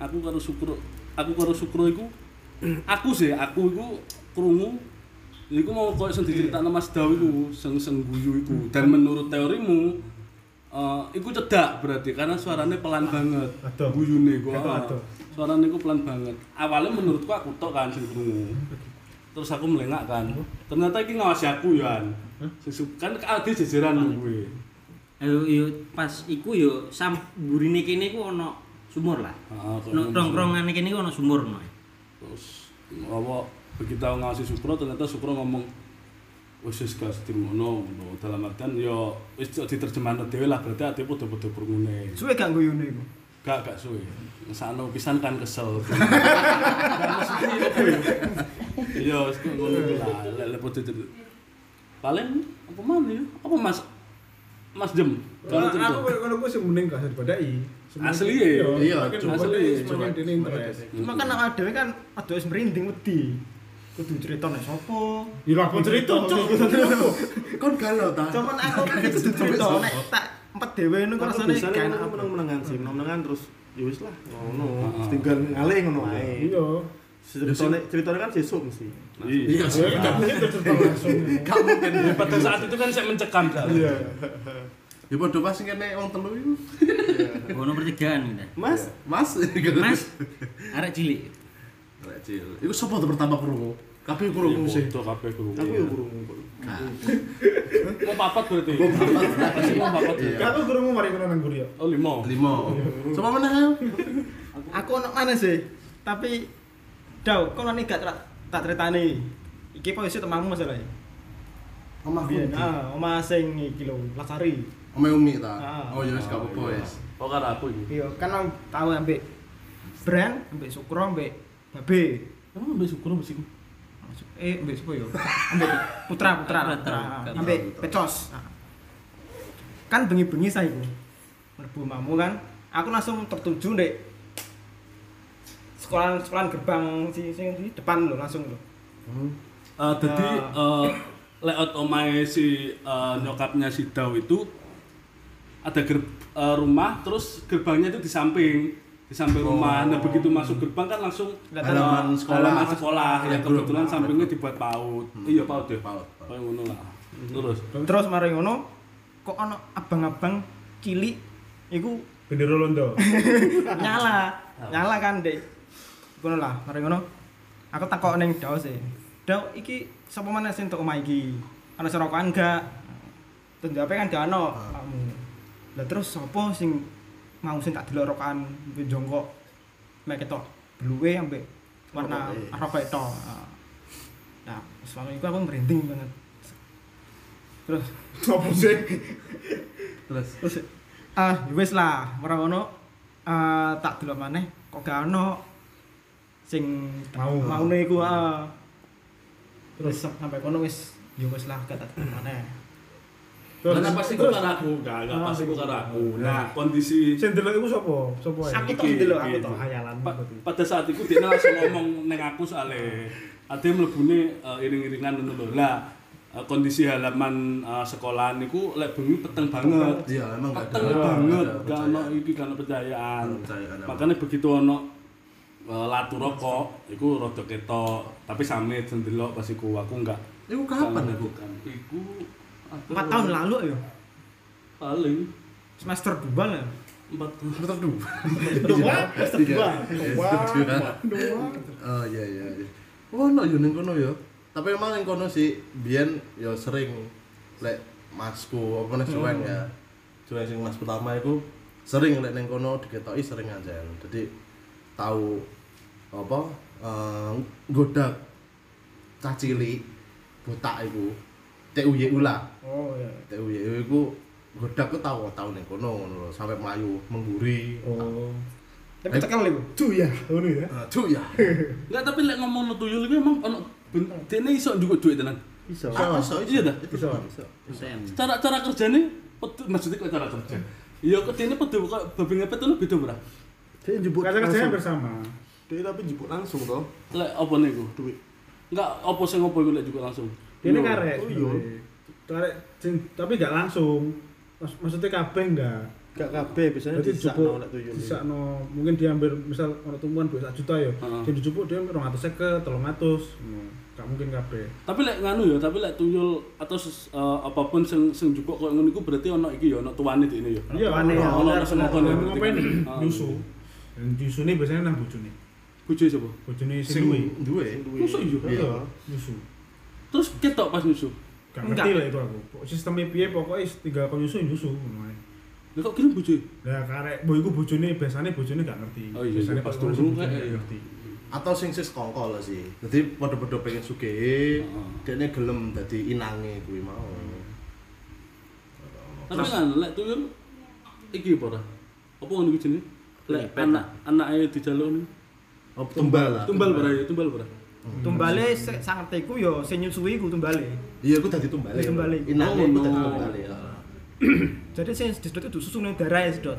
B: aku karo Sukro, aku karo Sukro iku aku sih, aku iku krungu iku mau koyo sing diceritakno Mas Daw iku, sing sing guyu iku. Dan menurut teorimu eh, iku cedak berarti karena suaranya pelan banget.
C: Adoh.
B: Guyune iku.
C: Adoh,
B: ah.
C: adoh.
B: Suaranya iku pelan banget. Awalnya menurutku aku tok kan sing krungu. Terus aku melengak kan. Ternyata iki ngawasi aku ya. Kan ada jejeran gue.
F: Ayo Eh, yo pas iku yo sam burine kene iku ono sumur lah.
B: Ah, kok
F: Nong-
B: ono
F: Nongkrongan kene iku ono sumur no.
B: terus apa begitu aku ngawasi Supro ternyata Supro ngomong wis wis gak dimono ngono dalam artian yo wis diterjemahno dhewe lah berarti ate padha-padha krungune
E: Suwe gak nguyune iku.
B: gak gak suwe sakno pisan kan kesel yo wis kok ngono iku lah lek lek padha cer- paling apa mana ya apa Mas Mas Jem kalau
C: Nah, aku
B: cerita
C: kalau aku semuning gak sadari.
B: Asli ya?
D: Iya,
B: coba.
C: asli. Cuma
D: Coba.
C: dene interest.
E: Cuma kan awak dhewe kan aduh wis merinding wedi. Kudu cerita nek sapa.
C: Ya lah, aku cerita, Cok.
D: Kon galau ta?
E: Cuman aku kan kudu cerita nek tak empet dhewe ngono kok
G: Aku
E: rasane
G: biasanya
E: gak
G: kan
E: enak
G: aku
E: apa.
G: menang-menangan sih, menang-menangan terus ya wis lah ngono.
B: Ah.
G: Tinggal ngalih ngono ae.
C: Iya.
G: Ceritane ceritane kan sesuk mesti.
B: Iya.
D: Iya sih.
C: Cerita langsung.
D: Gak mungkin.
B: Pada saat itu kan saya mencekam soalnya.
D: Ya padha pas sing kene wong telu iku.
F: Ono pertigaan kita.
G: Mas,
D: Mas.
F: Mas, arek cilik.
D: Rek, Cil. Iku sapa tuh pertama krungu? Kabeh krungu sih.
B: Foto kabeh krungu.
G: aku yo krungu kok.
B: Mau papat berarti. Pasti mau papat. ya?
C: Gak aku kurang mari kono nang guri ya.
B: Oh lima.
D: Limo. Sapa meneh? Hel?
E: Aku ono mana sih? Tapi Daw, kok nani gak tak tak ceritani. Iki posisi temanmu masalahnya.
D: Omahku.
E: Biyen, ah, omah sing iki lho, Lasari.
D: Omah Umi ta.
E: Ah.
D: Oh ya wis gak apa-apa wis.
B: Oh karo aku iki.
E: Iya, kan aku tahu ambek brand, ambek Sukro, ambek Babe.
B: Emang ambil syukur mesti.
E: eh ambek sapa yo ambek putra putra putra
F: Putra.
E: ambek pecos Ah. kan bengi-bengi saya iku mlebu mamu kan aku langsung tertuju ndek sekolah sekolah gerbang si sing di depan lo langsung lo
B: Eh, jadi eh, layout omai si eh, nyokapnya si Daw itu ada ger- eh, rumah terus gerbangnya itu di samping di samping rumah. Nah begitu masuk gerbang kan langsung
E: Kelihatan
D: Halaman
B: eh,
D: sekolah.
B: halaman sekolah Iya, yang
D: Playground.
B: kebetulan sampingnya dibuat paut. Iya paut deh.
D: Paut,
B: Paut. Hmm.
D: paut.
B: Kayak ngono lah. Terus
E: terus mari ngono kok ono abang-abang cilik iku
C: Bendera Londo.
E: nyala nyala kan dek ngono lah mari ngono aku takok ning Dao sih Dao iki sapa meneh sing entuk omah iki ana sing rokokan enggak terus jawabnya kan gak ono kamu lah terus sapa sing mau sing tak delok rokokan mbek jongkok mek ketok bluwe ambek warna rokok e. itu nah selama itu aku merinding banget terus
A: Apa sih?
E: terus ah ya wis lah ora ngono ah, tak delok maneh kok gak ono sing
C: Mau.
E: maune iku ah. terus sam- sampai kono wis ya wis lah gak tak delok maneh
C: Terus
B: Karena pasti gue karena aku, Ah, gak, gak pasti gue karena aku. Nah kondisi
C: sing delok iku sapa? Sapa ya?
E: aku tok delok aku tok
C: Hayalan
B: Iya, Pa- pada saat itu dia langsung ngomong neng aku soalnya ada yang melebuni iring-iringan itu loh lah eh, kondisi halaman eh, sekolahan itu lek bengi peteng banget
D: Iya, emang nggak ada-
B: peteng
D: nggak ada
B: banget gak
D: percayaan.
B: ono iki gak ono percayaan iya.
D: Nggak ada percayaan.
B: makanya begitu ono eh, latu rokok itu rada ketok tapi same sendelok pas iku aku enggak
D: Iku kapan ya, Bu?
B: iku aku
E: 4 tahun lalu ya
B: paling
E: semester 2 lah
B: empat tahun
D: Tetap dulu.
A: Tiga.
D: Oh iya iya. iya. Oh no yo ning kono yo. Tapi emang ning kono sih biyen yo sering lek masku apa nih cuan ya. Cuan sing mas pertama iku sering lek ning kono diketoki sering aja. Jadi tahu apa eh, godak cah cilik botak iku TUYU lah.
E: oh iya
D: TUYU iku godak ku tau tau ning kono ngono lho sampai mlayu mengguri.
C: Oh.
E: tapi tekel iku
G: Tuh ya, ngono ya.
D: Eh, Cuy ya.
B: enggak tapi lek ngomong no tuyul itu emang ono ben- dene iso njuk duit tenan
G: Iso.
D: Ah, iso,
B: Iya dah.
D: Iso, iso.
F: STM
B: cara cara kerjane pedu maksudnya kok cara kerja ya kedene pedu kok babi ngepet itu beda ora
G: Dia njupuk
C: Kata kerjanya
G: langsung.
C: bersama.
G: Dia tapi njupuk langsung toh
B: lek apa niku
G: duit.
B: enggak apa sing apa iku lek juga langsung
C: Ini
E: Eh,
C: karek.
G: Oh, iya.
C: Karek sing- tapi gak langsung. Mas- Maksudnya kabeh enggak.
G: Gak kabeh biasanya
C: Berarti
G: disakno
C: jupuk
G: lek tuyul.
C: disakno mungkin diambil misal orang tumbuhan dua juta ya.
B: Heeh.
C: Dia dijupuk dia 200 seket, 300. Hmm, Gak mungkin kabeh.
B: tapi lek nganu ya tapi lek tuyul atau ses- eh, apapun sing sing jupuk kok ngono iku berarti ono iki ya ono tuane dene ya
C: Iya,
E: tuane ya,
B: ono ono sing ngono
C: Kalau ngapain
B: Ah,
C: nyusu? Dan nyusu ini biasanya nang bojone.
B: bojo sapa
C: Bojone sing
D: Sing
C: duwe.
D: duwe.
B: Masa iya?
C: Iya, nyusu.
B: terus ketok pas nyusu
C: Gak
E: Enggak.
C: ngerti lah itu aku. Pok- Sistemnya piye pokoknya tinggal kau nyusu nyusu. ngono ae.
B: lek kok kirim bojo
C: Lah karek boy iku bojone biasane bojone gak ngerti.
B: Oh iya,
C: biasane
B: pas
C: kok nyusu
B: turu
C: bojone
B: kayak
C: gak
B: iya.
C: ngerti.
D: atau sing sis kongkol sih jadi podo-podo pengen sugih dekne gelem dadi inange kuwi mau
B: tapi kan lek tuyul iki apa ora apa ngono iku jenenge lek
F: Ngepet,
B: anak anake dijaluk niku.
D: oh, tumbal lah
B: tumbal ora ya tumbal ora
E: Oh, tumbale se- sangerti ku yo sing nyusui ku tumbale
D: iya aku dadi tumbal
E: Tumbal.
B: Oh,
D: inange
B: no.
D: aku dadi tumbal ya
E: jadi sing disedot itu susune darah ya sedot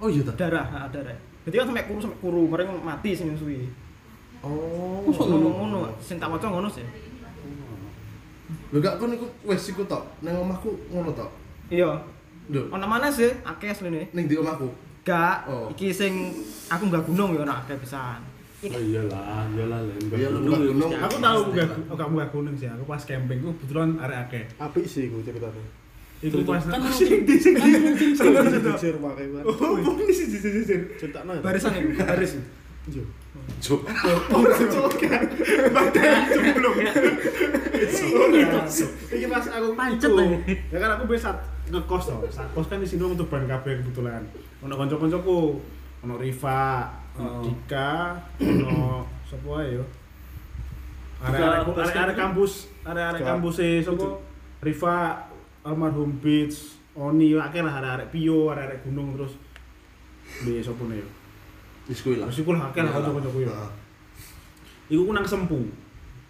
D: oh iya ta
E: darah ah, darah jadi kan sampai kuru sampai kuru mereka mati sing nyusui
D: oh
E: Kok ngono ngono sing tak waca ngono sih
D: lho gak kon iku wis iku tok nang omahku ngono tok
E: iya
D: lho
E: Ono mana sih? Akeh asline.
D: ning di omahku
E: Gak.
D: Oh.
E: Iki sing aku nggak gunung ya ono akeh pisan.
B: Oh iyalah, iyalah lek.
D: iya lho gak gunung
C: Aku tahu gak aku gak munggah kuning sih. Aku pas camping ku kebetulan arek akeh.
G: Apik sih iku ceritane.
C: Iku pas
B: kan
G: Jujur wae kan. Oh, ini sih jujur. Cetakno ya.
E: Barisan iku, baris.
G: Yo.
D: Cuk.
C: Iki pas Iya, aku
F: Pancet
C: iku.
F: lagi.
C: Ya kan aku biasa ngekos toh. Ngekos kan di sini untuk bahan kabeh kebetulan. Ono kanca-kancaku, ono Riva, ono Dika, ono sapa wae yo. Arek-arek
B: Dika,
C: arek-arek kampus, arek-arek
G: Dika.
C: kampus e sapa Riva almarhum Beats, Oni akeh lah arek-arek Pio, arek-arek gunung terus di sapa ne yo.
D: wis kuwi lah Nah.
C: Terus iku lah akeh lah kanca-kancaku yo. Iku ku nang sempu.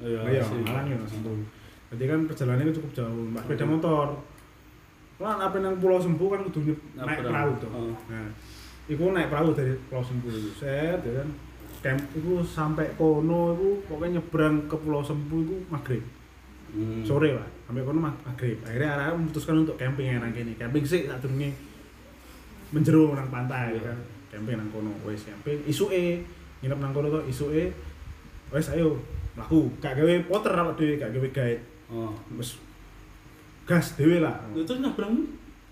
C: Iya,
B: sih.
C: Malang ya Sentul. Jadi kan perjalanannya cukup jauh, mbak sepeda
B: Hmm.
C: motor. Lah apa nang Pulau Sempu kan kudu nyep-
B: Nah,
C: naik
B: perahu.
C: perahu tuh.
B: Oh.
C: Nah, iku naik perahu dari Pulau Sempu itu. Set, ya kan. Camp iku sampai kono iku pokoknya nyebrang ke Pulau Sempu iku maghrib.
B: Hmm.
C: Sore lah, sampai kono mag- maghrib. Akhirnya arah memutuskan untuk camping nang kene. Camping sih tak durunge menjeru nang pantai ya kan.
B: Hmm.
C: Camping nang kono wis camping isuke nginep nang kono to isuke wis ayo mlaku. Gak gawe poter awak dhewe, gak gawe guide.
B: Oh.
C: Wis gas dhewe lah.
B: Itu nyebrang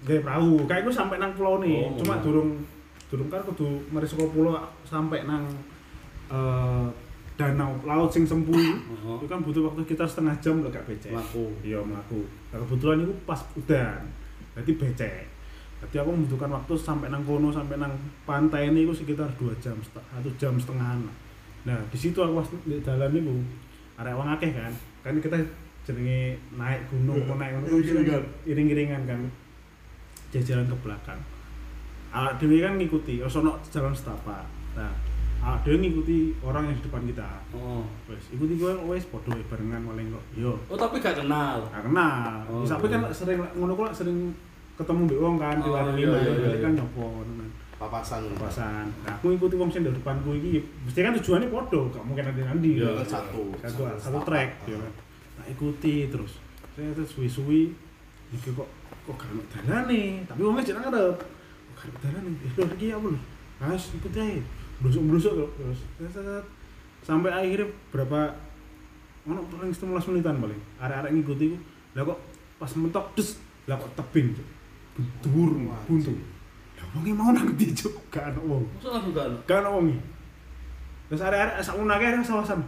C: Gawe perahu. Kayak iku sampai nang pulau nih.
B: Hmm. Oh,
C: Cuma
B: ngono.
C: durung durung kan kudu mari saka pulau sampai nang eh, danau laut sing sempu.
B: Heeh.
C: Itu kan butuh waktu kita setengah jam lah gak becek.
B: Oh, Mlaku.
C: Iya mlaku. Nah, kebetulan itu pas udan. Berarti becek. Jadi aku membutuhkan waktu sampai nang kono sampai nang pantai ini itu sekitar 2 jam, set- satu jam setengahan. lah. Nah, di situ aku pas di dalan niku arek wong akeh kan. Kan kita jenenge naik gunung, mau naik gunung
G: Iring-iringan.
C: iring-iringan kan. Jajaran ke belakang. Awak dhewe kan ngikuti, oh sono jalan setapak. Nah, awak dhewe ngikuti orang yang di depan kita.
B: Oh.
C: Wes, ikuti gue wes podo wae barengan paling kok. Iya. Yo,
B: Oh, tapi gak kenal.
C: Gak kenal.
B: Oh,
C: Wis aku kan sering ngono ku lah sering ketemu mbek wong kan di
B: Oh,
C: warung
B: iya,
C: Minang.
B: iya, iya,
C: Jadi
B: iya.
C: kan nyopo ngono kan.
D: papasan
C: Pasan. Nah, aku ngikuti wong sing di depanku iki. Mesti kan tujuannya podo, gak mungkin nanti nanti.
D: Iya, kan satu.
C: Satu
D: Satu
C: satu
D: setapak.
C: track ya kan. Nah, ikuti terus. Saya terus suwi-suwi iki kok kok gak ono dalane, tapi wong jeneng ngarep. Kok gak ono dalane. Eh, lho iki apa lho? Mas, ikuti ae. Blusuk-blusuk kok, terus. Tet, tet, tet. Sampai akhirnya berapa ono paling 15 menitan paling. Arek-arek ngikuti ku. Lah kok pas mentok dus lah kok tebing. Cuk. Bentur, buntu. Lah wonge mau nang ndi cuk? Gak ono wong.
B: Masa langsung gak kenal?
C: Gak ono wong. Terus arek-arek sak unake arek sawasan.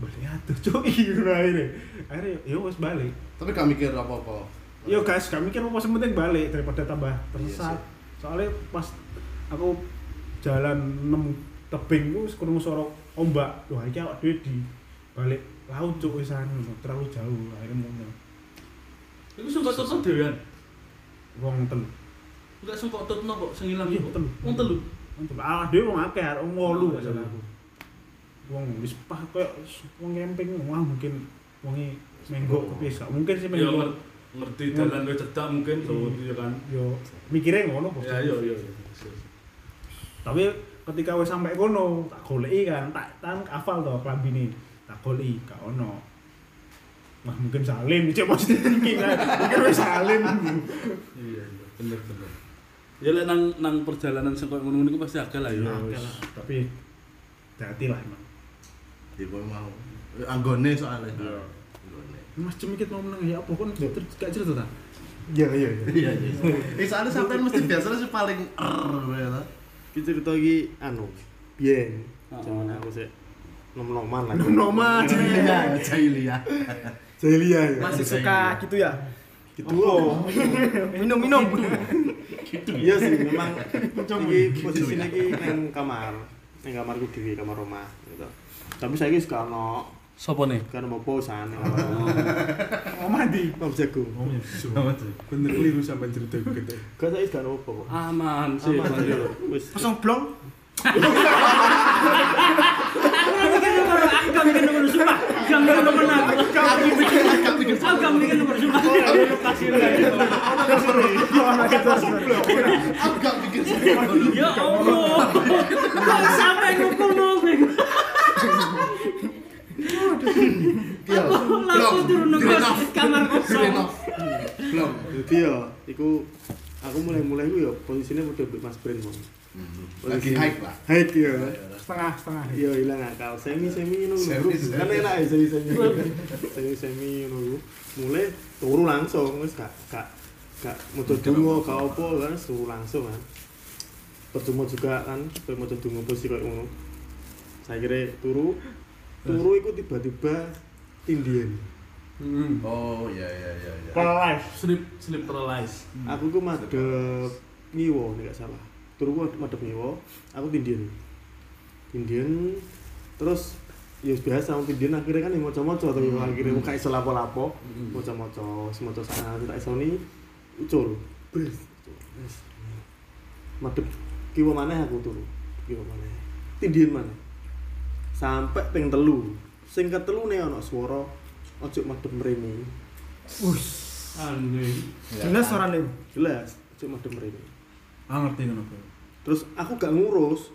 C: Boleh atuh cuk iki ngono akhirnya. Akhirnya yo wis balik.
D: Tapi gak mikir apa-apa.
C: Yo guys, kami mikir apa penting balik daripada tambah tersesat.
D: Iya sih.
C: Soalnya pas aku jalan nemu tebing ku wis krungu suara ombak. Wah, iki awak dhewe di balik laut cuk wisan terlalu jauh akhirnya ngono.
B: Iku sing kok tutut dhewean.
C: Wong telu.
B: Enggak sing kok tutno kok sing ilang
C: Iya,
B: kok.
C: telu.
B: Wong telu.
C: Wong telu. Ah, dhewe wong akeh, arek wong 8
B: Oh,
C: asal
B: iya.
C: aku. Wong wis pah koyo wong camping wah mungkin wonge menggo kepis gak mungkin sih
B: Ya
C: menggo.
B: ngerti- ngerti dalan wis cedak mungkin lho iya kan.
C: Yo mikire ngono bos.
B: Ya iya iya.
C: tapi ketika wes sampai kono tak goleki kan tak tan hafal to klambine tak goleki gak ono Wah mungkin salim, cek positif thinking kan. Mungkin wes salim.
B: Iya iya bener bener. Ya lek nang nang perjalanan sing koyo ngono niku pasti agak lah ya.
C: Ya, wes. Tapi hati lah emang.
D: Ya gue mau. Anggone soalnya.
C: Iya.
D: Anggone.
C: Mas cemikit mau menang ya apa kon ter- gak cerita ta?
G: Iya iya iya.
D: Iya, iya. Eh soalnya sampean mesti biasanya sih paling er ya toh.
G: Ki cerita iki anu, biyen
B: Heeh.
G: zaman aku sih nom-noman lah.
D: Noma Jailia, Jailia.
G: Celia ya.
E: Masih suka gitu ya?
G: Gitu oh.
E: Minum-minum.
G: Iya sih memang iki posisine iki nang kamar, nang kamarku dhewe kamar rumah gitu. Tapi saiki wis gak ono
B: Sopo nih?
G: gak ono bosan nang kamar rumah.
C: Oh mandi.
G: Nang jagung.
C: Oh, Bener keliru sampai cerita gitu.
G: Gak saiki gak ono apa-apa.
B: Aman sih Bang Yo.
G: Wis
E: Pas blong.
F: Aku mikir nomor sumpah. Gak mikir nomor aku. Aku gak mikir nomor sumpah.
D: Aku gak pikir sih.
F: Ya Allah. Kok sampai ngukum nobeng. Aku langsung
D: Iya.
F: turun nang kamar kosong.
D: Belum.
G: Jadi ya, iku aku mulai-mulai iku ya posisinya udah beli mas Brand Bang.
D: Lagi hype lah.
G: Haid ya.
C: Setengah setengah.
G: Ya hilang akal. Semi semi ngono.
D: Semi, semi.
G: Kan enak ya semi semi. Semi semi ngono. Mulai turu langsung wis gak gak gak metu dungo gak opo kan turu langsung kan. Percuma juga kan koyo metu dungo posisi koyo ngono. Saya kira turu turu iku tiba-tiba tindian.
B: Heeh.
D: Oh iya iya iya iya.
C: Paralyze.
B: Sleep sleep paralyzed.
G: Aku ku madep ngiwo nek gak salah. Turu ku madep ngiwo, aku tindian. Tindian terus ya wis biasa aku tindian akhirnya kan yang moco-moco tapi akhirnya aku gak iso lapo-lapo, moco-moco, semoco sana tidak iso ni ucul. Bres. ucul, bres. Madep kiwa maneh aku turu. Kiwa maneh. Tindian maneh. Sampai ping telu. sing ketelune ana swara ojo medem rene.
B: anjing
E: Jelas suarane.
G: Jelas, ojo medem rene.
A: Ah ngerti ngono, Bro.
G: Terus aku gak ngurus,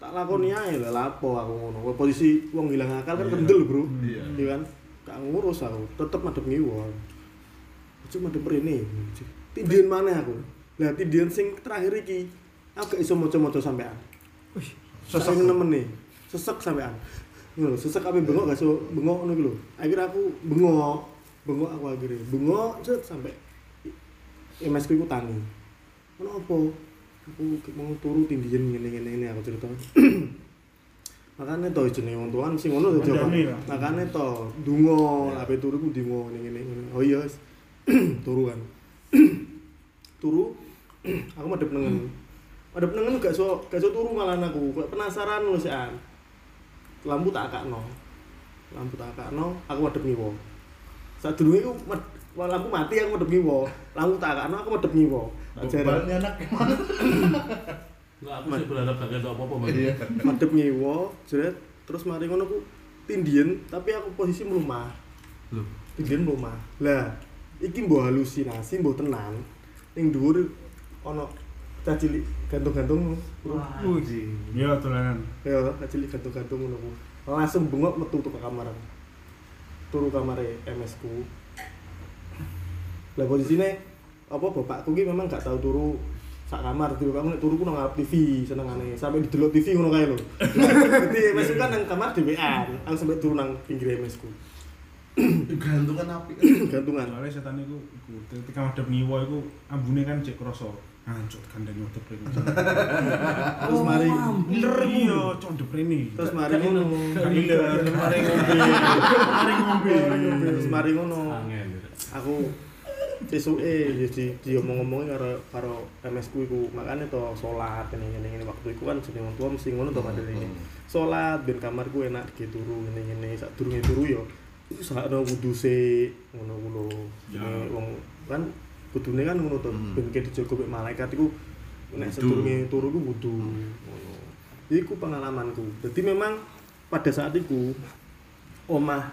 G: tak lakoni ae lah lapo aku ngono. Wah, Posisi wong hilang akal kan kendel, Bro.
D: Hmm. Iya.
G: Iya kan? Gak ngurus aku, tetep madep ngiwon. Ojo madep rene. Tindian mana aku? Lah tindian sing terakhir iki aku gak iso maca-maca sampean. Sesek nemen nih. Sesek sampean. Ngono, lho, sesek ape bengok gak iso bengok ngono iki lho. Akhirnya aku bengok, bengok aku akhirnya. Bengok cet sampe MS ku iku tangi. Ono apa? Aku mau turu tindian ngene-ngene ngene aku cerita. Makane to jenenge wong tuan sing ngono to Joko.
C: Mandani lah.
G: Makane to donga, ape turu ku donga ngene-ngene. ngene. Oh iya, wis. turu kan. turu aku madep nengen madep nengen gak so gak so turu malah aku gak penasaran lho sih An. lampu tak akakno lampu tak akakno aku madep ngiwo saat dulu aku med- wah, lampu mati aku madep ngiwo lampu tak akakno aku madep ngiwo ajaran
A: Bebannya anak emang.
B: Enggak, aku sih berharap gak ada apa-apa Mas.
A: Iya.
G: madep ngiwo jret terus mari ngono aku tindien tapi aku posisi melumah
D: Loh.
G: tindien melumah lah iki mbok halusinasi mbok tenan ning dhuwur ana cacili gantung-gantung
C: Iya, tulanan.
G: ya kecil gantung-gantung ngono ku. langsung bengok metu tuku kamar aku. turu kamar MS ku lah posisine apa bapakku ki memang gak tau turu sak kamar tiba kamu nek turu ku nang ngarep TV senengane sampe didelok TV ngono kae lho dadi MS ku kan nang kamar dhewean aku sampe turu nang pinggir MS ku
D: Gantungan api.
G: Nah, gantungan
C: Soalnya setan itu, iku, ketika madep ngiwo itu, ambune kan cek kroso. Hancur kandang madep rene.
G: terus mari
C: Iya, condep rene.
G: terus mari ngono
C: Kangiler, mari ngombe. Mari ngombe.
G: terus mari ngono
B: Angin.
G: aku sesuke ya di diomong-omongin karo karo MS ku iku makane to salat ngene ngene ngene waktu iku kan jenenge wong tua mesti ngono to padahal ini salat ben kamarku enak ge turu ngene ngene sak durunge turu ya, yo usahane kuduse ngono ku lho Jenenge wong kan kudune kan ngono to
D: Hmm.
G: ben ke dijogo mek malaikat iku nek
D: Wudu.
G: sedurunge turu ku wudu ngono iku pengalamanku dadi memang pada saat iku omah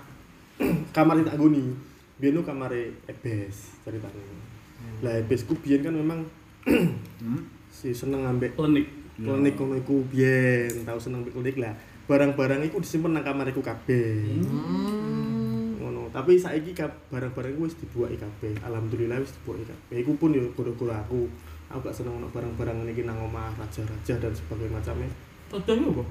G: kamar tak goni biar lu kamar ebes ceritanya lah ebes ku biyen kan memang si seneng ambek
B: Klinik.
G: klinik kono iku biyen tau seneng ambek klinik lah barang-barang iku disimpen nang kamar iku kabeh ngono tapi saiki kab- barang-barang iku wis dibuaki kabeh alhamdulillah wis dibuaki kabeh iku pun ya gara-gara aku aku gak seneng ono barang-barang ngene iki nang omah raja-raja dan sebagainya macamnya
B: Tadanya apa?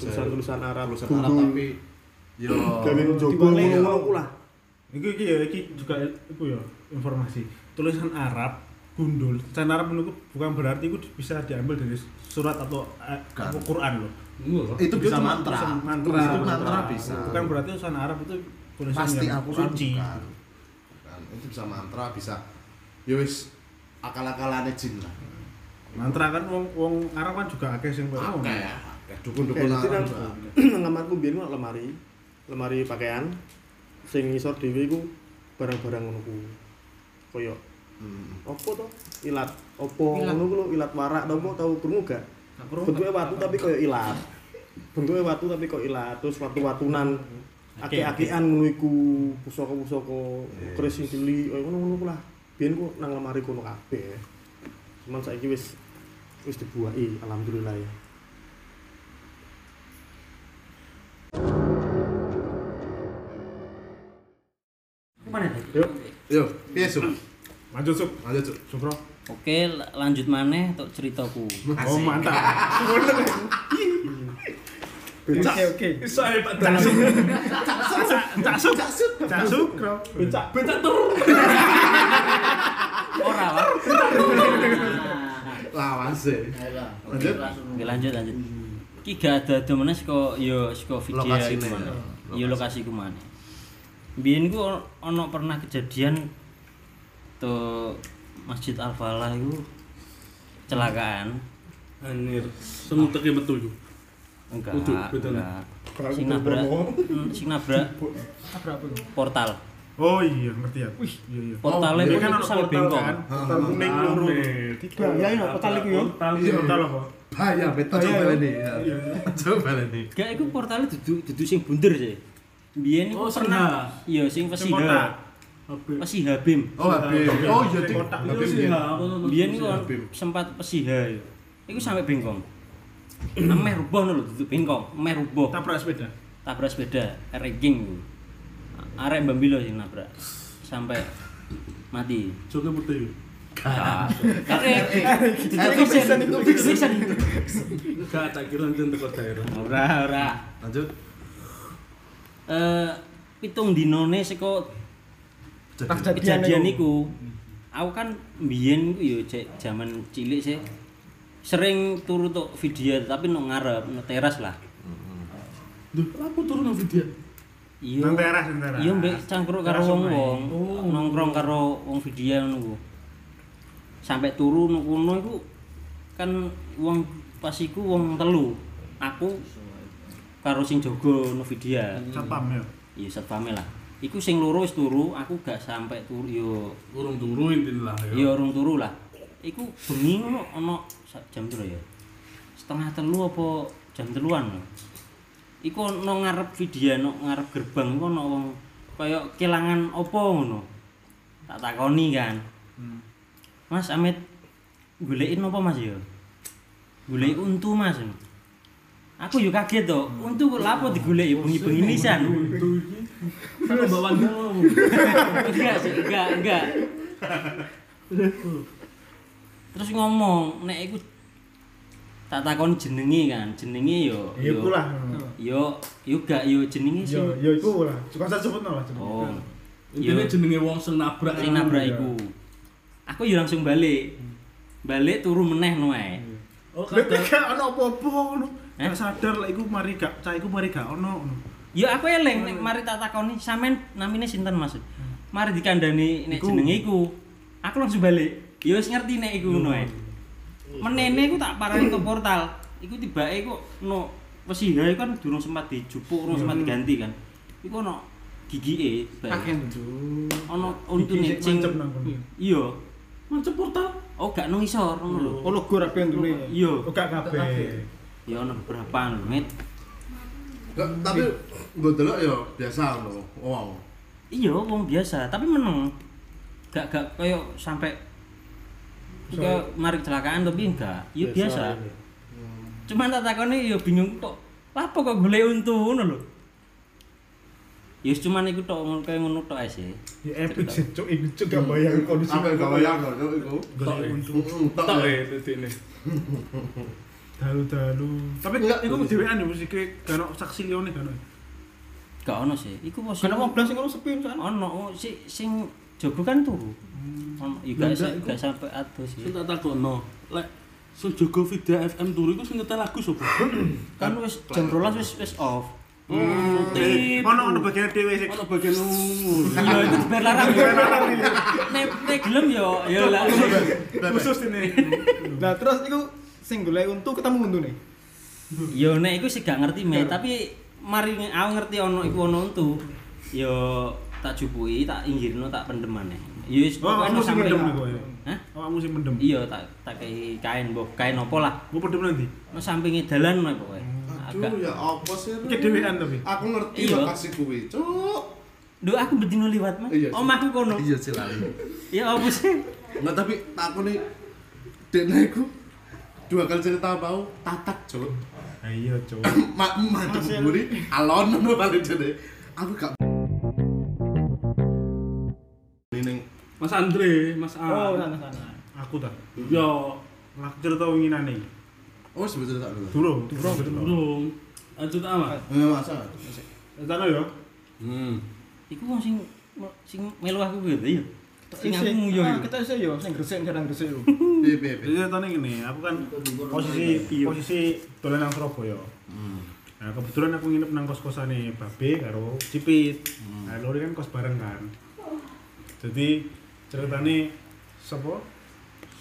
G: tulisan-tulisan Arab
D: Lulusan Arab oh,
G: Google,
D: tapi yo
G: gawe njogo
C: Diwalei.
G: ngono-ngono ku lah
C: Iku iki ya, iki juga iku ya informasi. Tulisan Arab gundul. Tulisan Arab menurutku bukan berarti itu bisa diambil dari surat atau eh,
D: Kan.
C: atau Quran loh.
B: Enggak.
D: itu bisa
C: cuma
D: mantra.
C: tulisan mantra.
D: Itu mantra bisa.
C: Bukan berarti tulisan Arab itu tulisan
D: pasti
C: yang
D: aku kan
C: suci.
D: bukan. Bukan. Itu bisa mantra, bisa ya wis akal-akalane jin lah.
C: Mantra kan wong wong Arab kan juga akeh sing
D: Oke.
C: nah.
G: Kayak
D: Dukun-dukun
G: jadi
D: Arab.
G: nang
D: juga.
G: nang kamarku biyen ku ana lemari, lemari pakaian sing ngisor dhewe iku barang-barang ngono ku. Kaya
D: Hmm.
G: apa to? Ilat opo ngono ku lho, ilat warak to apa tau krungu gak? Bentuke watu tapi kaya ilat. Bentuke watu tapi kaya ilat, terus watu-watunan akeh-akehan ngono iku, pusaka-pusaka keris sing cilik, kaya ngono-ngono ku lah. Biyen ku nang lemari kono kabeh. Cuman saiki wis wis dibuahi alhamdulillah ya.
F: Kemana tadi?
G: Yuk.
D: Yo, piye Sup?
C: Lanjut suk.
D: Lanjut Sup.
C: Sukro.
F: Oke, la- lanjut maneh untuk ceritaku.
C: Oh mantap.
G: Iya.
E: Oke oke.
B: Saya Pak Dasu.
C: Cak suk. Cak sukro.
G: Becak
B: Becak terus.
F: Ora, Pak.
D: Lawas e. Lanjut.
F: Oke, lanjut lanjut. Iki gak ada domene saka yo saka video
D: Lokasine.
F: iku maneh.
D: Lokasi.
F: Yo lokasi ku maneh. Biyen ku on- ono pernah kejadian tuh Masjid Al Falah itu celakaan.
B: Anjir. Semuteke metu iku.
F: Enggak,
B: Kudu, betul.
F: enggak. Sing nabrak, hmm, sing nabrak
E: Apa apa?
F: portal.
C: Oh iya ngerti ya. Wih, iya iya.
F: Portalnya
D: iya.
F: itu
C: Ini kan ana
F: sampai
C: portal
F: bengkok.
C: kan. Portal kuning loro.
E: Tiga. Ya ya petal iku yo.
C: Iya portal apa? Iya,
D: Bahaya, beta coba ya, ini. Coba ini.
F: Gak, itu portalnya duduk duduk sing bunder sih. Biyen
B: Oh,
F: iku
B: sing
F: pernah iya sing
C: kotak.
F: Wesida. Pesiha Bim.
D: Oh, Habib. Oh, iya Dik.
C: Kotak ya. itu
D: Habib
C: sih,
D: Bian.
B: Nah,
C: Oh,
B: aku tuh-
F: Biyen iku
D: Pesiha Bim.
F: sempat Pesiha ya. Iku sampe bengkong. Ameh Nah, rubuh lho duduk bengkong, ameh rubuh.
C: Tabrak sepeda.
F: Tabrak sepeda, ranking. Arek Mbambilo sing nabrak. Sampai mati.
C: Joknya putih.
F: Arek fiction, fiction.
B: Enggak, tak kira nanti untuk daerah.
F: Ora, ora.
D: Lanjut.
F: Eh, pitung dinone seko
D: Jadi.
F: kejadian niku aku kan mbiyen ku yo cek jaman cilik sih sering turu tok video tapi nang ngarep nang teras lah
B: Duh, aku turun nang video.
F: iya
C: Nang teras, nang teras. Oh.
F: iya mbek cangkruk karo
C: Teras omahe.
F: wong-wong nongkrong karo wong video ngono ku sampai turu nang kono iku kan wong pas iku wong telu aku karo sing jaga nang video
C: Satpam ya.
F: iya satpame lah iku sing loro wis turu aku gak sampai turu yo
B: Urung turu intilah ya.
F: Ya urung turu lah. Iku bengi ngono ana sa- jam telu ya. Setengah telu apa jam teluan lho. Iku ana ngarep video ana ngarep gerbang iku ana wong kaya kelangan apa ngono. Tak takoni kan. Mas Amit goleki apa Mas ya? Goleki untu Mas. Aku yo kaget to. Untu kok lapo digoleki bengi-bengi nisan.
B: Kan bawa dulu.
F: enggak sih, enggak, enggak. Terus ngomong, nek iku tak takon jenenge kan, jenenge yo.
C: Iya
F: yo-
C: pula.
F: Yo, yo gak yo jenenge sih.
C: Iya, iya iku lah. Suka saya sebut lah jenenge.
F: Oh.
B: Intine jenenge wong sing nabrak.
F: sing nabrak iku. Aku yo langsung balik. Balik turu meneh no ae.
B: Oh,
C: Lha
B: kadang
C: gak ono apa-apa ngono.
F: Eh?
C: Gak sadar lah iku mari gak cah iku mari gak ono ngono.
F: Yo aku eling nek mari tak takoni sampean namine sinten Mas? Mari dikandani nek jenenge iku. Aku langsung balik. Yo wis ngerti nek iku ngono ae. Menene iku tak parani ke portal. Iku tibake iku no wesiha iku kan durung sempat dijupuk, durung sempat diganti kan. Iku ono gigike bae. Ono untune
C: Iki sik
F: cing.
C: mancep nang kono.
F: Iya.
B: mancep portal.
F: Oh gak nang isor ngono lho.
E: Oh lego rapi untune.
F: Iya.
C: Oh gak kabeh.
F: Ya ono beberapa menit.
D: Nggak, Tapi gue delok ya biasa loh. Wow.
F: Iya, wong biasa, tapi meneng. Gak gak koyo sampai kaya mari kecelakaan tapi enggak. Ya biasa. Cuman tak takoni ya bingung kok. Apa kok golek untu ngono lho. Ya wis cuman iku tok ngono kaya ngono tok ae sih.
C: Ya epic sih cuk iku cuk gak bayang kondisi.
D: Sampai gak bayang loh itu, itu.
C: Golek untu.
D: Mm, tok,
B: Tak
D: ya.
B: eh ini.
C: Dalu-dalu. Tapi
D: Enggak.
C: enggak iku dhewean ya musike gak ono saksi liyane gak ono.
F: Gak ono sih. Iku pos.
E: Kena wong blas sing ngono sepi misalnya.
F: Ono oh, si sing jogo kan turu. Ono ya gak sa- gak sampai adus
B: Sing
F: sih.
B: tak takono. Lek sing jaga video FM turu iku sing nyetel lagu sapa?
F: Kan wis jam 12 wis wis off.
B: Tip.
C: Eh, Ono ono bagian dhewe sik.
B: Iya. Ono bagian ungu.
F: Ya itu dibayar larang. Dibayar larang. Nek nek gelem yo ya lah.
C: Khusus ini.
E: Nah terus iku sing golek untu ketemu untune.
F: Yo nek iku sih gak ngerti meh, tapi mari nge- aku ngerti ono iku ono untu. Yo tak jupuki, tak inggirno, tak pendem maneh. Yo wis
C: Oh,
F: pokoke
C: kamu sing
F: sampe-
C: mendem iku. ya?
F: Hah?
C: Awakmu sing mendem.
F: Iya, tak tak kei kain mbok kain opo lah.
C: Mau pedem nanti.
F: Nang sampinge dalan meh pokoke. Agak.
D: Aduh ya apa sih? Ru?
C: Kedewean tapi.
D: Aku ngerti
F: Iya.
D: lokasi kuwi, cuk.
F: Duh, aku bedino liwat meh.
D: Iya sih.
F: Omahku kono.
D: Iya sih lali.
F: Ya opo sih?
D: Enggak tapi aku nih Dene iku dua kali cerita apa aku tatak cuk.
C: Ayo Iya, cuk.
D: Mak madem buri alon ngono kali dene. Aku gak Nining
B: Mas Andre, Mas A.
E: Oh sana sana.
C: Aku ta.
B: Yo,
C: Aku cerita winginane.
D: Oh sebetulnya tak dulu.
C: Durung, durung, durung.
B: burung. Lanjut ah, amat.
D: Eh masa?
C: Tano ya.
B: Hmm.
F: Iku wong sing sing melu aku kuwi lho, ya. Sing aku
E: Isih.
F: nguyu.
E: Ah, Kita isih yo sing gresik jarang gresik yo.
D: Piye piye.
C: Jadi
D: piye.
C: ceritanya gini, aku kan posisi posisi dolan nang Surabaya. Hmm. Nah, kebetulan aku nginep nang kos-kosane Babe karo Cipit. Nah, lori kan kos bareng kan. Jadi ceritane sapa?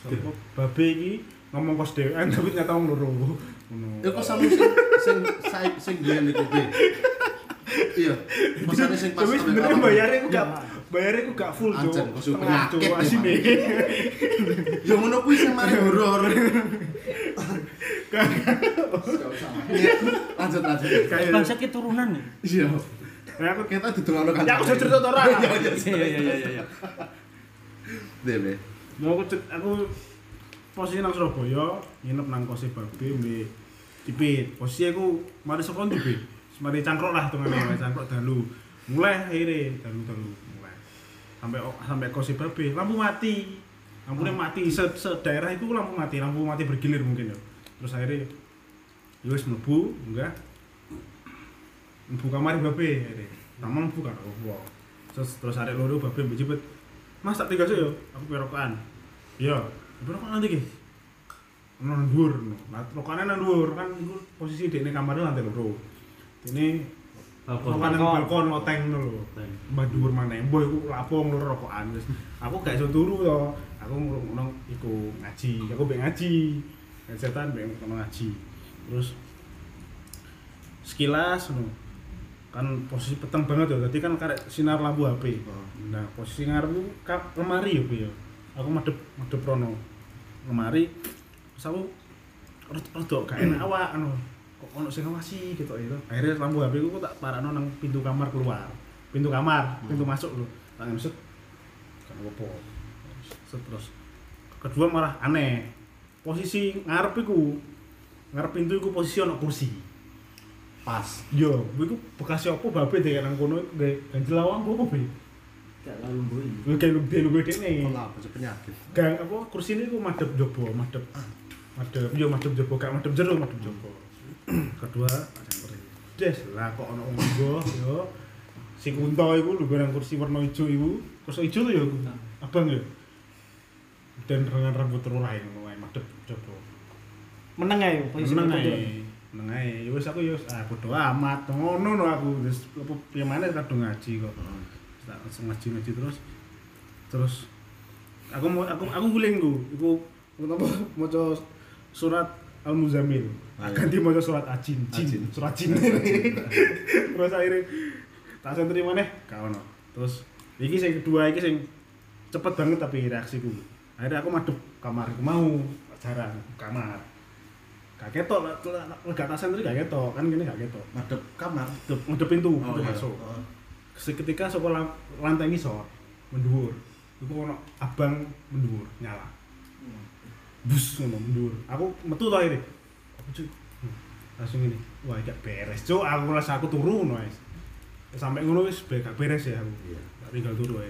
C: Sapa Babe iki ngomong kos dhewean tapi ternyata wong loro.
D: Eh
C: Ngono.
D: kok sama sing sing sing sing biyen iku piye? Iya. Masane sing pas
C: Tapi
D: sampe
C: sebenarnya
D: kapan?
C: bayarnya aku gak bayarnya aku gak full tuh.
D: Anjing, kok
C: Setengah tuh
D: penyakit
C: asine.
D: Ya ngono kuwi sing mari horor. Lanjut lanjut.
C: Kayak
F: Bangsa keturunan ya.
D: Iya.
C: Ya aku
D: Kita didongakno kan.
C: ya aku jujur tuh ora.
B: Iya iya iya iya.
D: Dene.
C: Ya aku cer- aku posisi nang Surabaya, nginep nang kose babe mbek Dipit. Posisi aku mari sekon Dipit. Mari cangkrok lah tengene, mari cangkrok dalu. Mulai akhirnya dalu-dalu mulai. Sampai sampai kose babe, lampu mati. Lampunya mati se, se daerah itu lampu mati, lampu mati bergilir mungkin ya. Terus akhirnya ya wis mlebu, enggak. Mlebu kamar babe akhirnya. Taman mlebu kan aku. Terus terus arek loro babe mbek jepit. Mas tak tinggal yo, aku perokan. Iya, tapi rokok nanti guys. Nang dhuwur, no. nah rokannya nang dhuwur kan iku posisi dekne kamarnya lantai loro. Ini rokan nang balkon loteng no lho. Mbah dhuwur maneh, mbo iku lapong lho rokokan wis. Aku gak iso turu to. Aku ngurung iku ngaji, aku mbek ngaji. Ngajetan mbek ngono ngaji. Terus sekilas no. kan posisi peteng banget ya tadi kan karek sinar lampu HP nah posisi ngarepku ka- lemari ya Bu, ya aku madep madep rono lemari terus aku rod- rodok gak enak awak anu kok ono sing ngawasi gitu ya akhirnya lampu HP ku aku tak parano nang pintu kamar keluar pintu kamar pintu masuk lho tak masuk kan apa Set, terus kedua malah aneh posisi ngarep iku ngarep pintu iku posisi ono kursi
D: Pas.
C: Yo, kuwi ku bekas apa babe dek nang kono iku nggae ganjel awang ku apa be?
A: Gak lalu boy.
C: Kuwi kayak lugu lugu dekne.
D: Olah, apa penyakit.
C: Gang apa kursi ini ku madep jopo, madep. Madep, yo madep jopo, gak madep jero, madep jopo. Kedua, samperin. Des lah kok ono wong nggo yo. Si Kunto iku lungguh nang kursi warna ijo iku. Kursi ijo tuh yo abang yo. Dan dengan rambut terurai ngono ae madep jopo.
E: meneng ae posisi
C: Meneng
E: meneng.
C: ae. Meneng ae. Ya wis aku ya wis, ah bodo amat. Ngono no aku wis apa piye maneh kadung ngaji kok. Tak langsung ngaji-ngaji terus. Terus aku mau aku aku guling ku. Iku kenapa maca surat Al-Muzammil.
D: Ah, iya.
C: Ganti maca surat Ajin,
D: Ajin.
C: Jin, surat Jin. terus akhirnya tak sentri maneh gak ono. Terus iki sing kedua iki sing cepet banget tapi reaksiku. Akhirnya aku madep kamar aku mau jarang kamar gak ketok lah lah- lah- gak tak sentri gak ketok kan gini gak ketok
D: Madep kamar.
C: Ngedep- ngedep pintu
D: Oh,
C: pintu
D: iya.
C: masuk
D: Oh.
C: seketika saka lan- lantai ngisor menduwur iku ono abang menduwur nyala bus ngono menduwur aku metu to ini aku cuy hmm, langsung ini wah gak beres cuk aku rasa aku turu no wis sampai ngono wis be- gak beres ya aku
D: Iya.
C: tak tinggal turu ae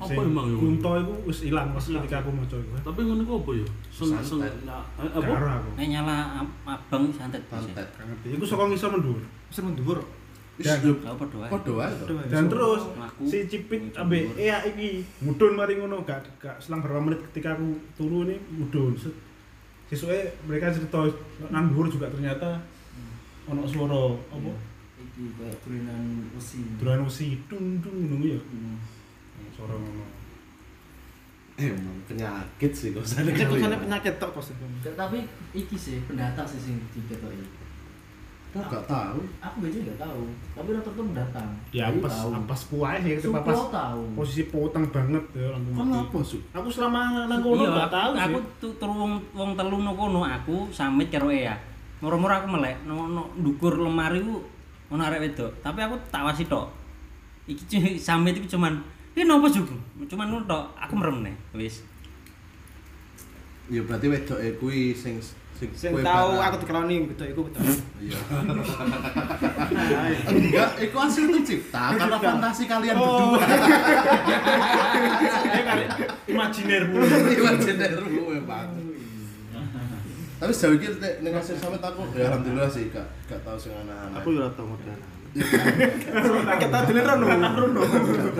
B: Apa emang yo?
C: kunto iku wis ilang pas ketika aku mau coba
B: Tapi ngono ku apa yo? Sen sen
D: Santet.
B: nah, eh, apa?
C: karo aku
F: Nek nyala am- abang santet bisa.
D: Santet.
C: gak ngerti iku saka ngisor menduwur
E: Bisa mundur.
D: Wis
C: Dan-
D: yo
F: Lah padha wae.
D: padha wae to.
C: dan terus
F: Melaku.
C: si cipit abe iya iki mudun mari ngono gak gak selang berapa menit ketika aku turu nih mudun Set. sesuai mereka cerita nang dhuwur juga ternyata ono suara apa
A: Iki kayak turunan mesin.
C: duran usi dung dung ngono ya suara ngono
D: Eh, Emang penyakit sih kok sana
E: Iki
D: kali.
E: kusane penyakit tok pos.
A: Tapi iki sih pendatang sih sing diketoki.
D: Gak tahu.
A: Aku biasanya nggak tahu, tapi rata-rata pendatang.
C: ya
A: Jadi
C: pas
A: tahu.
C: pas puas ya
A: Supo
C: pas
A: tahu.
C: posisi potong banget ya lampu
D: Kan
C: mati
D: apa, Su?
C: aku selama nang kono
F: Iya,
C: gak tahu
F: aku- aku
C: sih
F: tu- turu wong wong telu no kono aku samit karo Ea. Moro-moro aku melek no, no ndukur lemari ku ono arek wedok, tapi aku tak wasi tok. Iki cu- samit iki cuman iki nopo juga? Cuman ngono tok, aku merem neh wis.
D: Ya berarti wedoke kuwi sing sing
E: Sing
D: kue
E: tahu
D: barang.
E: aku dikeloni betul iku betul.
D: Iya. Enggak, itu hasil tercipta karena
C: Tercipta.
D: fantasi kalian
C: Oh.
D: berdua.
C: Ya kan, imajiner mulu
D: Imajinirmu memang. Tapi sejauh ini nek ning hasil sampe aku ya alhamdulillah sih gak gak tahu sing anak-anak.
G: aku ora tau modana
E: Kita dulu
C: Tahu,
E: rono.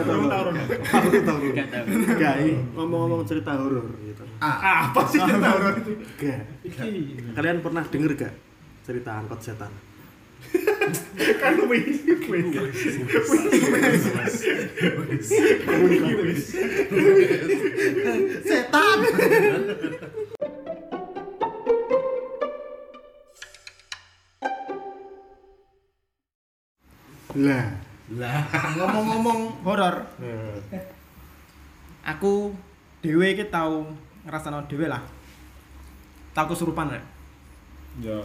C: tahu, tahu.
G: aku tau
F: Gak tau.
G: gak ini ngomong-ngomong cerita horor gitu
C: Ah,
D: Ah,
C: apa sih cerita horor itu
G: gak
C: iki
G: kalian pernah denger gak cerita angkot setan
C: kan wis wis
D: setan.
G: lah
E: Ngomong-ngomong horor,
G: eh,
E: Iya. aku dhewe iki tau ngrasakno dhewe lah. Tau kesurupan rek.
C: ya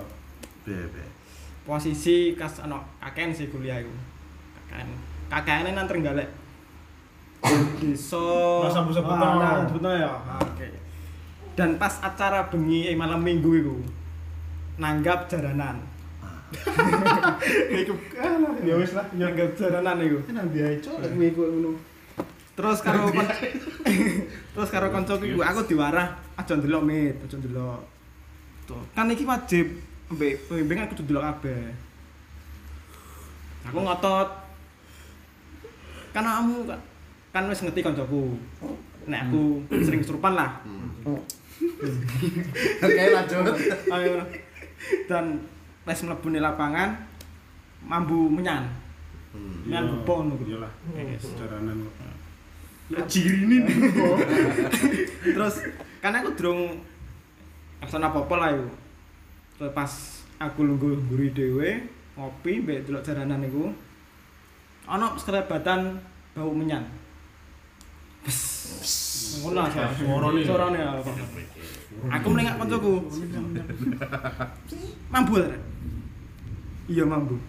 D: Bebe.
E: Posisi kas ono kaken sih kuliah iku. kakaknya nang Trenggalek desa
C: Nang Sambu-Sambu
E: Ah,
C: Tol.
E: nang Sambu-Tol ya oke dan pas acara bengi eh, malam minggu itu nanggap jaranan Iku alah ya wis lah nanggap jaranan iku.
G: Kan nanti ae cok.
E: Aku iku ngono. Terus karo kon- Terus karo kancaku iku aku diwarah, aja ndelok mit, aja ndelok. Tuh, Kan iki wajib mbek pembimbing aku ndelok kabeh. Aku ngotot. Kan kamu kan kan wis ngerti kancaku. Nek aku sering kesurupan lah.
D: Oke lanjut.
E: Ayo. Dan wis mlebu ning lapangan mambu menyan.
D: Hmm.
E: Menyan
C: Iya.
E: bubuk ngono gitu.
C: Iyalah, jaranan kok.
E: terus kan aku durung absen apa-apa lah yuk terus pas aku lungguh guri dhewe ngopi mbek delok jaranan niku ana sekerabatan bau menyan Pes. ngono lah suara-
C: Suarane.
E: suarane ya, kok. aku melengak kancaku mambu Ren. iya mambu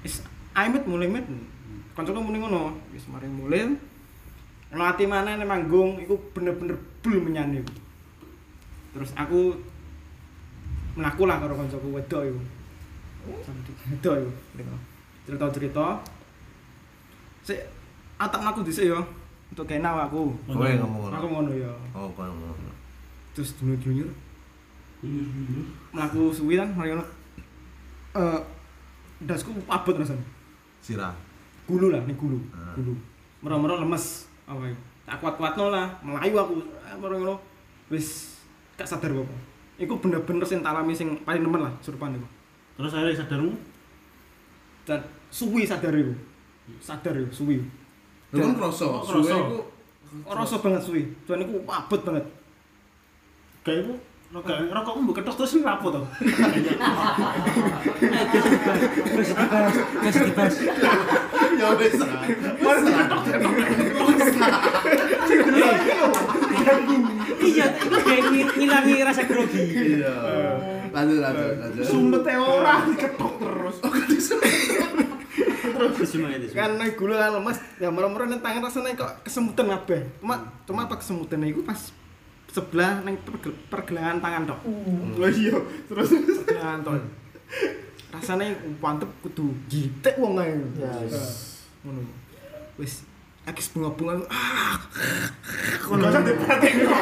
E: is aimet mulai met kancaku muni ngono wis mari mulai Melati mana nih manggung, itu bener-bener bul menyanyi. Terus aku melaku lah karo koncoku wedok itu. Wedok itu, cerita-cerita. Si, atak melaku dhisik yo, untuk kena aku.
D: Kowe ngomong
E: Aku ngono yo.
D: Oh, kowe ngomong.
E: Terus junior junior,
B: Iya,
E: melaku suwi kan, mari ngono. Eh, dasku abot rasanya.
D: Sirah.
E: gulu lah nih gulu
D: Ah.
E: gulu merem-merem lemes awalnya tak kuat-kuat no lah melayu aku merem ngono wis gak sadar apa Iku bener-bener sing tak alami sing paling nemen lah surupan iku
C: Terus akhirnya sadarmu?
E: dan suwi sadar iku sadar iku suwi
D: Lha kon kan Oh, kroso,
C: Kok
D: suwe
C: kroso?
D: iku
E: rasa banget suwi tuan iku abot banget
C: Kayakmu rokok- rokokmu mbok ketok terus lapo to?
F: Wes dibahas.
D: ya wis.
F: Iya, itu kayak ngil- ngilangi rasa grogi.
D: Iya. Lanjut lanjut lanjut.
C: Sumpete ora diketok terus.
F: Terus semuanya itu.
E: kan nang gulu kan lemes ya merem-merem nang tangan rasanya kok kesemutan kabeh cuma cuma apa kesemutan iku pas sebelah nang pergel- pergelangan tangan tok
C: Lah iya, terus
E: pergelangan tok rasanya mantep kudu gitek wong ae ngono wis aku bunga-bunga ah
C: Gak usah diperhatiin kok.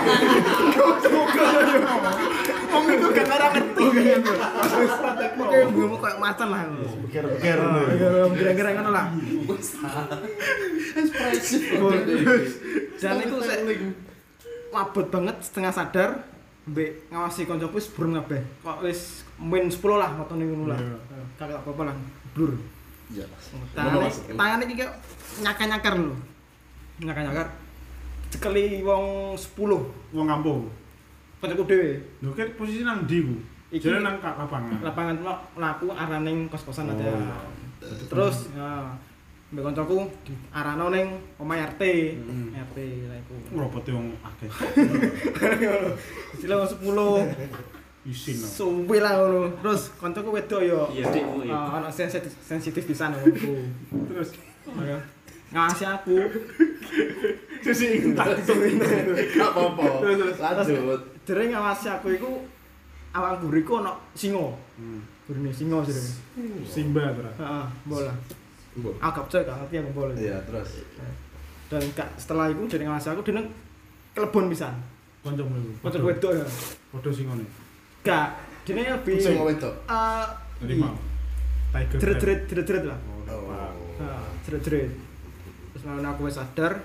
E: wong itu gak ora ngerti gitu wis kayak bunga kayak macan lah
G: Geger-geger.
E: kira-kira ngono lah
D: Ekspresif.
E: dan itu saya mabut banget setengah sadar mbek ngawasi koncoku wis burung kabeh kok wis main 10 lah matone ngono lah kagak apa-apa lah blur
D: Iya.
E: tangan tangan iki kayak nyakar-nyakar lho nyakar-nyakar cekeli wong 10
C: Wong kampung.
E: koncoku dhewe
C: Lho kan posisi nang ndi, Bu?
E: Iki-
C: Jadi nang ka- lapangan.
E: lapangan lo laku araning kos-kosan aja
C: Oh.
E: terus ya mbek koncoku arano ning omah RT
C: Hmm.
E: RT lah iku
C: Robote wong akeh.
E: sila 10
C: Isin no.
E: suwi lah ngono terus koncoku wedok yo
F: Iya, dikmu ya.
E: Ah, ono sensitif sensitif pisan aku
C: Terus
E: ngawasi aku
C: sisi ingin
D: Gak apa-apa. Lanjut.
E: jere ngawasi aku iku awak guriku ono singo gurine singo jere
C: Simba ora.
E: heeh bola
D: Mbok.
E: aku gak percaya gak ngerti aku bola
D: Iya, terus.
E: dan gak setelah itu jadi ngawasi aku dene kelebon pisan
C: Kancamu iku.
E: Kocok wedok ya.
C: Padha sing ngene.
E: Gak, dene lebih
D: Sing wedok.
E: eh
C: Jadi mau. Tiger.
E: jeret-jeret jeret-jeret lah.
C: Oh.
E: Nah, jeret-jeret. Terus lawan aku wis sadar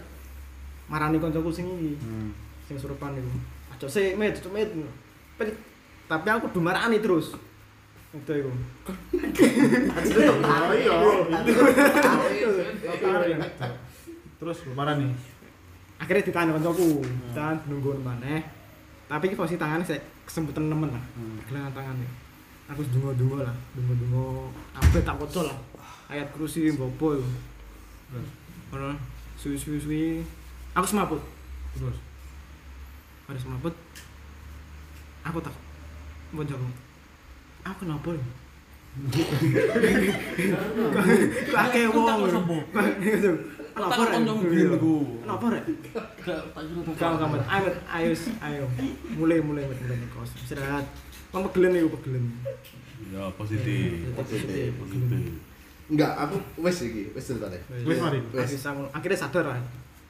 E: marani koncoku sing iki,
C: Hmm.
E: sing surupan iku. Aja sik mit, cuk, mit. Pelit. Tapi aku kudu marani terus. Itu iku.
C: Oh iya.
E: iya.
C: Hmm. Terus parah nih.
E: Akhirnya ditahan koncoku,
C: Hmm.
E: ditahan nunggu maneh. Tapi iki posisi tangannya sik kesemputan nemen lah.
C: Hmm.
E: Gelangan tangannya. Aku dungo-dungo lah, dungo-dungo. Apa tak kocok lah. Ayat kursi bobo iku.
C: Terus
E: Ora suwi suwi suwi. Aku semaput.
C: terus
E: Pada semaput. Aku tak. Bonjoku. Aku kenapa ya? Kakek wong. Gitu. Kenapa rek? Kenapa rek? Kamu kamu ayo ayo ayo. Mulai mulai mulai mulai kos. Istirahat. Mau pegelen ya pegelen.
B: Ya positif.
D: iya.
A: Positif.
B: Positif.
D: Enggak, aku wes iki, wes ceritane.
E: Iya.
C: Wis mari.
E: Wis aku akhirnya sadar lah.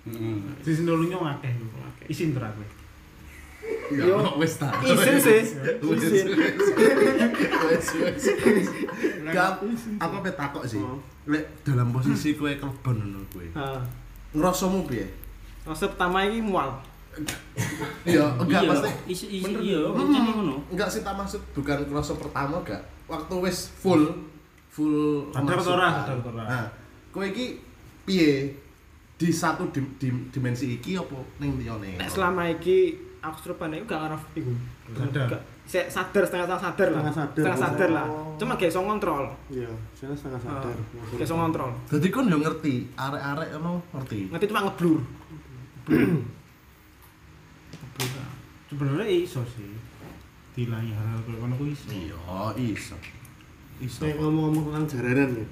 B: Heeh.
C: Sisi dulunya akeh. Isin terus aku.
D: Enggak,
E: Yo.
D: wes ta.
E: Isin sih.
D: Wes,
E: Isin.
D: Wes, wes. Enggak, aku apa takok sih.
E: Oh.
D: Lek dalam posisi kowe kelebon ngono kowe.
E: Ah,
D: Ngrasamu piye?
E: Konsep pertama ini mual.
D: Ya, enggak
F: Iya,
D: pasti.
F: isu isu
D: Bener.
F: iya
D: Hmm.
F: jenenge ngono
D: Enggak sih tak maksud bukan kroso pertama enggak. Waktu wis full full
C: Sadar
D: memasukkan.
C: ora, sadar ora.
D: Nah, kowe iki piye di satu dim- dim- dimensi iki apa ning liyane?
E: Nek selama iki aku serupan itu gak ngarep iku.
C: Sadar.
E: Gak- Saya sadar setengah setengah sadar lah.
G: Setengah sadar.
E: Setengah sadar lah.
G: Oh.
E: Cuma gak iso kontrol.
G: Iya, saya sangat
E: Ah,
G: sadar.
E: Gak iso kontrol.
D: Dadi kon yo ngerti, arek-arek ono ngerti.
E: Nanti cuma ngeblur.
C: Sebenarnya iso sih. Dilahi hal koyo ngono ku iso.
D: Iya, iso. Iso.
G: Nek ngomong-ngomong tentang jaranan ya.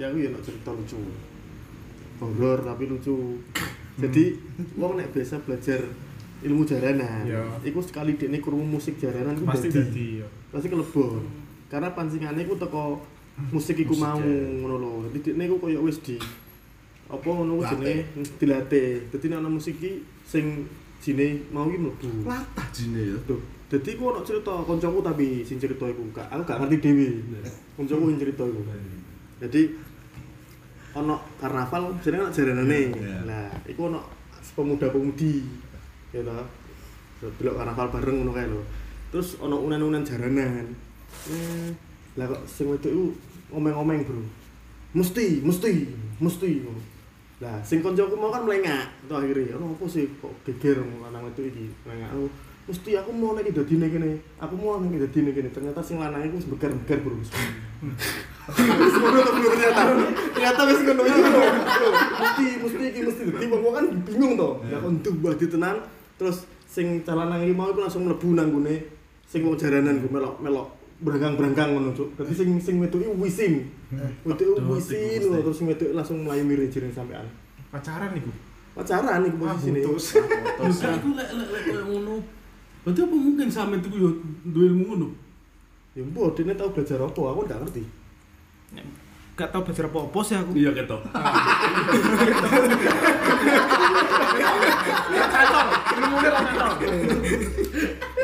G: Ya aku ya nak cerita lucu. Horor tapi lucu. Jadi wong nek biasa belajar ilmu jaranan,
C: Iya.
G: iku sekali dekne krungu musik jaranan iku
C: Pasti
G: dadi
C: dadi ya. yo.
G: pasti kelebon. Karena pancingane iku teko musik iku mau ngono lho. Dadi dekne iku koyo wis di apa ngono ku jenenge dilatih. Dadi nek ana musik iki sing jine mau iki mlebu.
D: Latah jine ya.
G: Duh, jadi aku ada cerita koncoku tapi sing cerita iku gak aku gak ngerti dewi. Koncoku sing cerita iku. Jadi ono karnaval jenenge ono jaranane.
D: Iya.
G: Nah, iku ono pemuda-pemudi. Ya ta. Delok karnaval bareng ngono kae lho. Terus ono unen-unen jaranan. Eh, Lah kok sing wedok iku omeng-omeng, Bro. Mesti, mesti, mesti. Lah, sing koncoku mau kan melengak. Terus akhirnya, ono apa sih kok geger lanang wedok iki? Melengak aku mesti aku mau nek dadi nek kene. Aku mau nek dadi nek kene. Ternyata sing lanang iku wis beker-beker, Bro. Wis ngono to, Bro, ternyata. Ternyata wis ngono iki. Bro. Mesti, mesti iki mesti dadi wong kan bingung to. Ya kon duwe tenan. Terus sing calonang iki mau iku langsung mlebu nang gone sing wong jaranan gue melok-melok beranggang-beranggang ngono, Cuk. Dadi sing sing wedoki wisin. Wedoki
D: Aduh,
G: wisin
D: tikus,
G: lho,
D: Teh.
G: terus sing wedoki langsung mlayu mirip jeneng sampean.
C: Pacaran iku.
G: Pacaran iku
C: Ah,
G: posisine.
C: putus.
B: Bukan iku lek lek lek koyo ngono. Berarti apa mungkin sampean iku yo duwe ilmu ngono?
G: Ya mbok dene tau belajar apa, aku ndak ngerti.
E: Gak tau belajar apa-apa sih aku.
B: Iya ketok.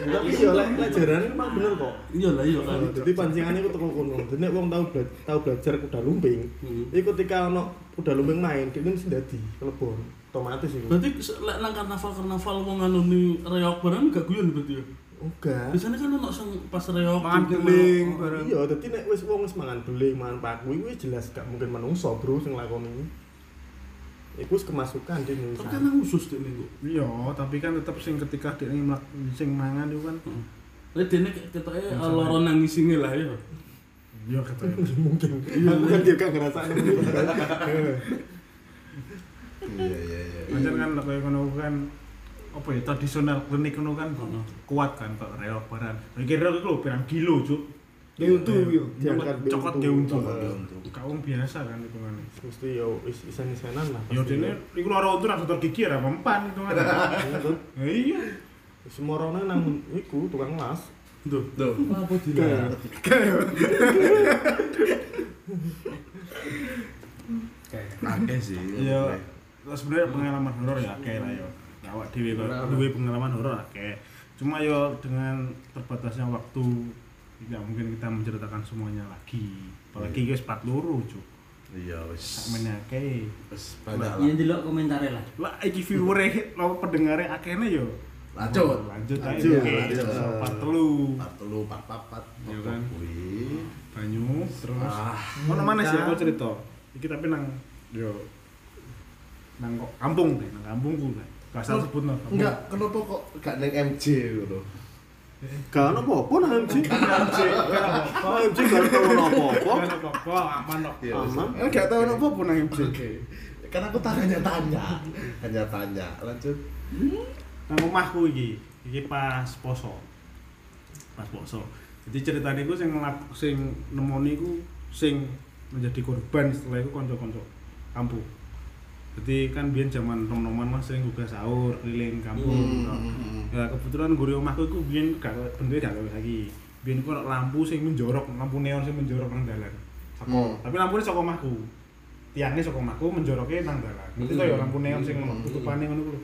G: Tapi ya lek lek jarane emang bener kok.
B: Iya lah iya kan.
G: Nah, Jadi pancingane iku teko kono. Dene wong tau bela- tau belajar kuda lumping.
B: Hmm.
G: Iku ketika ono kuda lumping main, dene mesti dadi kelebon. Otomatis iku.
B: Berarti se- lek nang karnaval karnaval wong nganoni reok barang gak guyon berarti ya.
G: Enggak.
B: Biasanya kan ono sing pas reok
E: Makan
B: gitu,
E: beling
B: ono-
E: bareng.
G: Iya, dadi nek wis wong wis mangan beling, mangan paku iku wis jelas gak mungkin menungso, Bro, sing lakoni. Iku wis kemasukan dene.
B: Tapi kan nang khusus dene kok.
C: Iya, tapi kan tetep sing ketika dia ini melak- sing mangan itu kan
B: Lek dene ketoke eh, lara nang isinge lah ya.
C: iya kata
G: mungkin. Aku kan dia gak ngerasakno.
D: Iya, iya, iya.
C: Pancen kan lek koyo ngono kan apa ya tradisional klinik ngono kan kuat kan kok reok barang. Lah iki reok iku lho pirang kilo, Cuk.
E: Ya untu yo.
G: Diangkat be
C: Cokot
G: untu.
C: ge untu.
D: Iya,
G: Heeh.
C: Kaum biasa kan hitungannya.
G: Mesti ya wis isan-isanan lah.
C: Ya dene iku lara untu nang setor gigi ora mempan hitungannya. Ya Iya.
G: Semua orang nang iku tukang las.
B: Duh, duh. Apa
G: Kayak
D: Akeh sih.
C: Iya. Terus sebenarnya pengalaman horor ya kayak lah yo. Ya, Awak dhewe kok duwe pengalaman horor akeh. Cuma yo dengan terbatasnya waktu tidak mungkin kita menceritakan semuanya lagi. Apalagi guys part loro, Cuk.
D: Iya, wes.
C: Tak menake.
D: Wes banyak
F: ya
D: lah.
F: ndelok komentare lah
C: Lah iki viewere lo pendengare akehne yo.
D: Lanjut.
C: Lanjut aja.
D: Lanjut,
C: Oke,
D: lanjut.
C: so, Part telu
D: Part telu, part papat.
C: Iya kan?
D: Kuwi.
C: banyu terus.
D: Ah,
C: Ngono mana sih aku cerita. Iki tapi nang yo nang kok kampung deh, nang kampungku deh. Gak salah sebut nang kampung.
D: enggak kenapa kok gak neng MJ ngono.
G: gak ono apa-apa nang MC.
C: Gak
G: Nang MC gak tau ono apa-apa.
C: apa-apa, aman kok.
D: Iya, wes.
G: Aman.
C: Kan gak tau ono apa-apa nang MC.
D: Oke. Karena aku tak hanya tanya, hanya tanya. Lanjut.
C: Nang omahku iki, iki pas poso. Pas poso. Jadi ceritanya gue sing ngelak, sing nemoni ku sing menjadi korban setelah itu konco-konco kampung. Jadi kan biar zaman nom-noman mas sering gugah sahur keliling
D: Hmm.
C: kampung. toh. Ya kebetulan guru omahku itu biar gak bentuknya gak gawe lagi. Biar ku ono lampu sing menjorok, lampu neon sing menjorok nang dalan. Soko, tapi lampunya soko omahku. Tiangnya soko omahku menjoroknya nang dalan. Ngerti to ya lampu neon sing ngono tutupane ngono ku lho.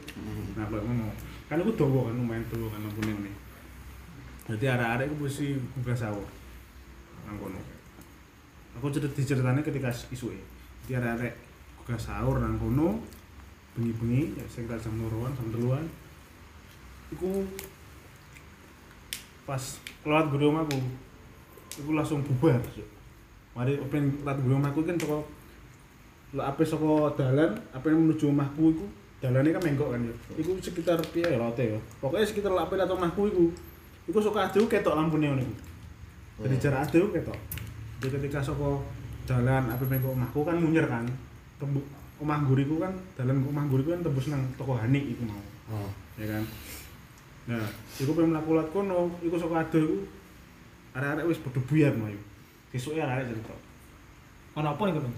C: Nah, koyo ngono. Kan iku dawa kan lumayan dawa kan lampu neon ini. Jadi arah-arah aku mesti gugah sawur. Nang kono. Aku cerita diceritane ketika isuke. Jadi arah-arah gugah sahur nang kono bengi-bengi ya sekitar jam loroan jam teluan iku pas kelewat guru omahku iku langsung bubar Cuk. mari open kelewat guru omahku kan toko lo ape saka dalan ape menuju omahku iku dalane kan menggok kan ya iku sekitar piye ya lote ya pokoknya sekitar lo ape atau omahku iku iku suka aduh ketok lampu neon iku jadi
D: Iya.
C: jarak aduh ketok jadi ketika saka dalan ape menggok omahku kan munyer kan tembuk omah guriku kan dalan ke omah guriku kan tembus nang toko Hanik iku mau
D: Oh.
C: ya kan nah iku pengen mlaku lat kono iku saka ado iku arek-arek wis bedebuyan mau sesuke arek-arek cerita
E: Ono apa nih kono?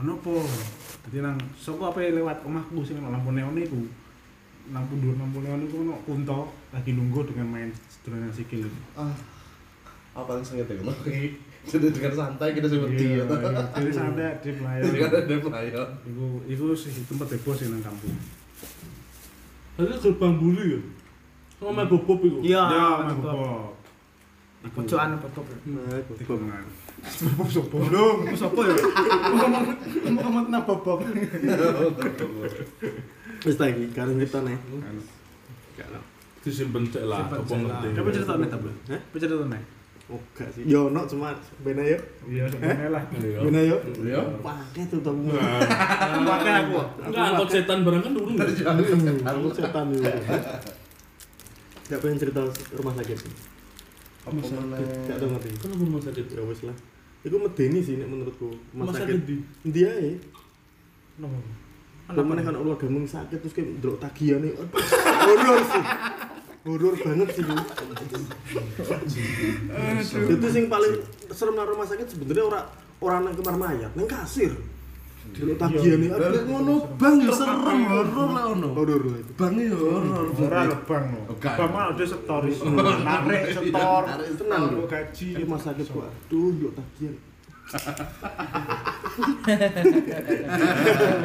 C: ono apa dadi nang saka apa yang lewat omahku sing ono lampu neon iku lampu dhuwur lampu neon iku ono kunto lagi lungguh dengan main sedulana sikil
A: Ah, apa yang sangat ya? Jadi dengan santai kita seperti
C: Iya,
A: itu.
C: iya. jadi santai di melayu
A: Jadi kan ada pelayan.
C: iku iku sih tempat bebas sih nang kampung
B: Ini gerbang bulu ya? Sama bobop itu?
E: Iya,
C: ya mas
E: Bobo.
C: bobo Iku.
E: Pojokan Bobo.
C: Tiga mengan. Sebab sopo dong.
E: Sopo ya? Mau ngomong nang Bobo.
G: Wis ta iki karo nyiptane.
B: Disimpen cek lah,
C: Simpen
B: apa
C: cek lah.
B: ngerti
C: Coba cerita nih tapi.
G: Hah?
C: Coba cerita nih.
G: Oh gak sih. Yo ono cuma bena yo.
C: Iya, sebenarnya lah.
B: Iya.
G: Bena yo.
D: Iya.
G: Pakai tuh tamu.
C: Pakai aku.
B: Enggak, angkot setan barang kan turun nggak?
G: Aku setan yo. Gak pengen cerita rumah sakit.
A: Apa
G: Gak tau ngerti.
B: Kan rumah sakit
G: Ya wis lah. Iku medeni sih nek menurutku.
B: Rumah sakit di?
G: Endi ae?
C: Nopo?
G: Lamane kan ulah gamung sakit terus kayak ndelok tagihan e. Horor sih. Horor banget sih. Bu. Itu sing paling serem nang rumah sakit sebenarnya ora ora nang kamar mayat, nang kasir. Ndelok tagihan e.
D: Lah, lek ngono bang ya serem horor lah ono.
G: Horor lah itu.
D: Bang ya horor.
C: Ora lebang no.
D: Oh, gak.
C: Bang mah udah setor isu. Narik setor.
D: Iya, Narik,
G: tenang,
C: Setor,
G: bro.
C: gaji.
G: Di rumah sakit gua. Aduh, ndelok tagihan.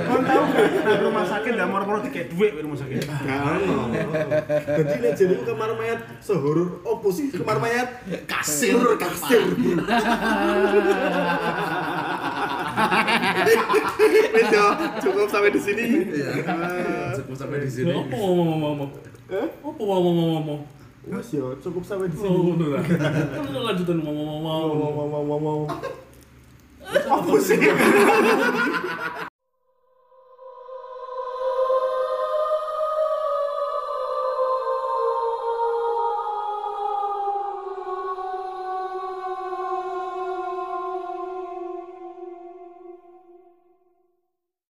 C: Kon tau gak nang rumah sakit ndak moro-moro dikek duit ke rumah sakit.
G: Gak ono. Dadi nek jeneng kamar mayat sehoror opo sih kamar mayat?
D: Kasir.
G: Horor kasir. Wes yo, cukup sampai di sini.
D: Iya. Cukup sampai di sini.
B: Apa ngomong-ngomong?
G: Eh?
B: Apa ngomong-ngomong?
G: Wes yo, cukup sampai di
B: Oh,
G: sini.
B: udah. Kan itu lanjutan Oh, ngomong-ngomong.
G: Mau mau mau mau mau. Apa sih?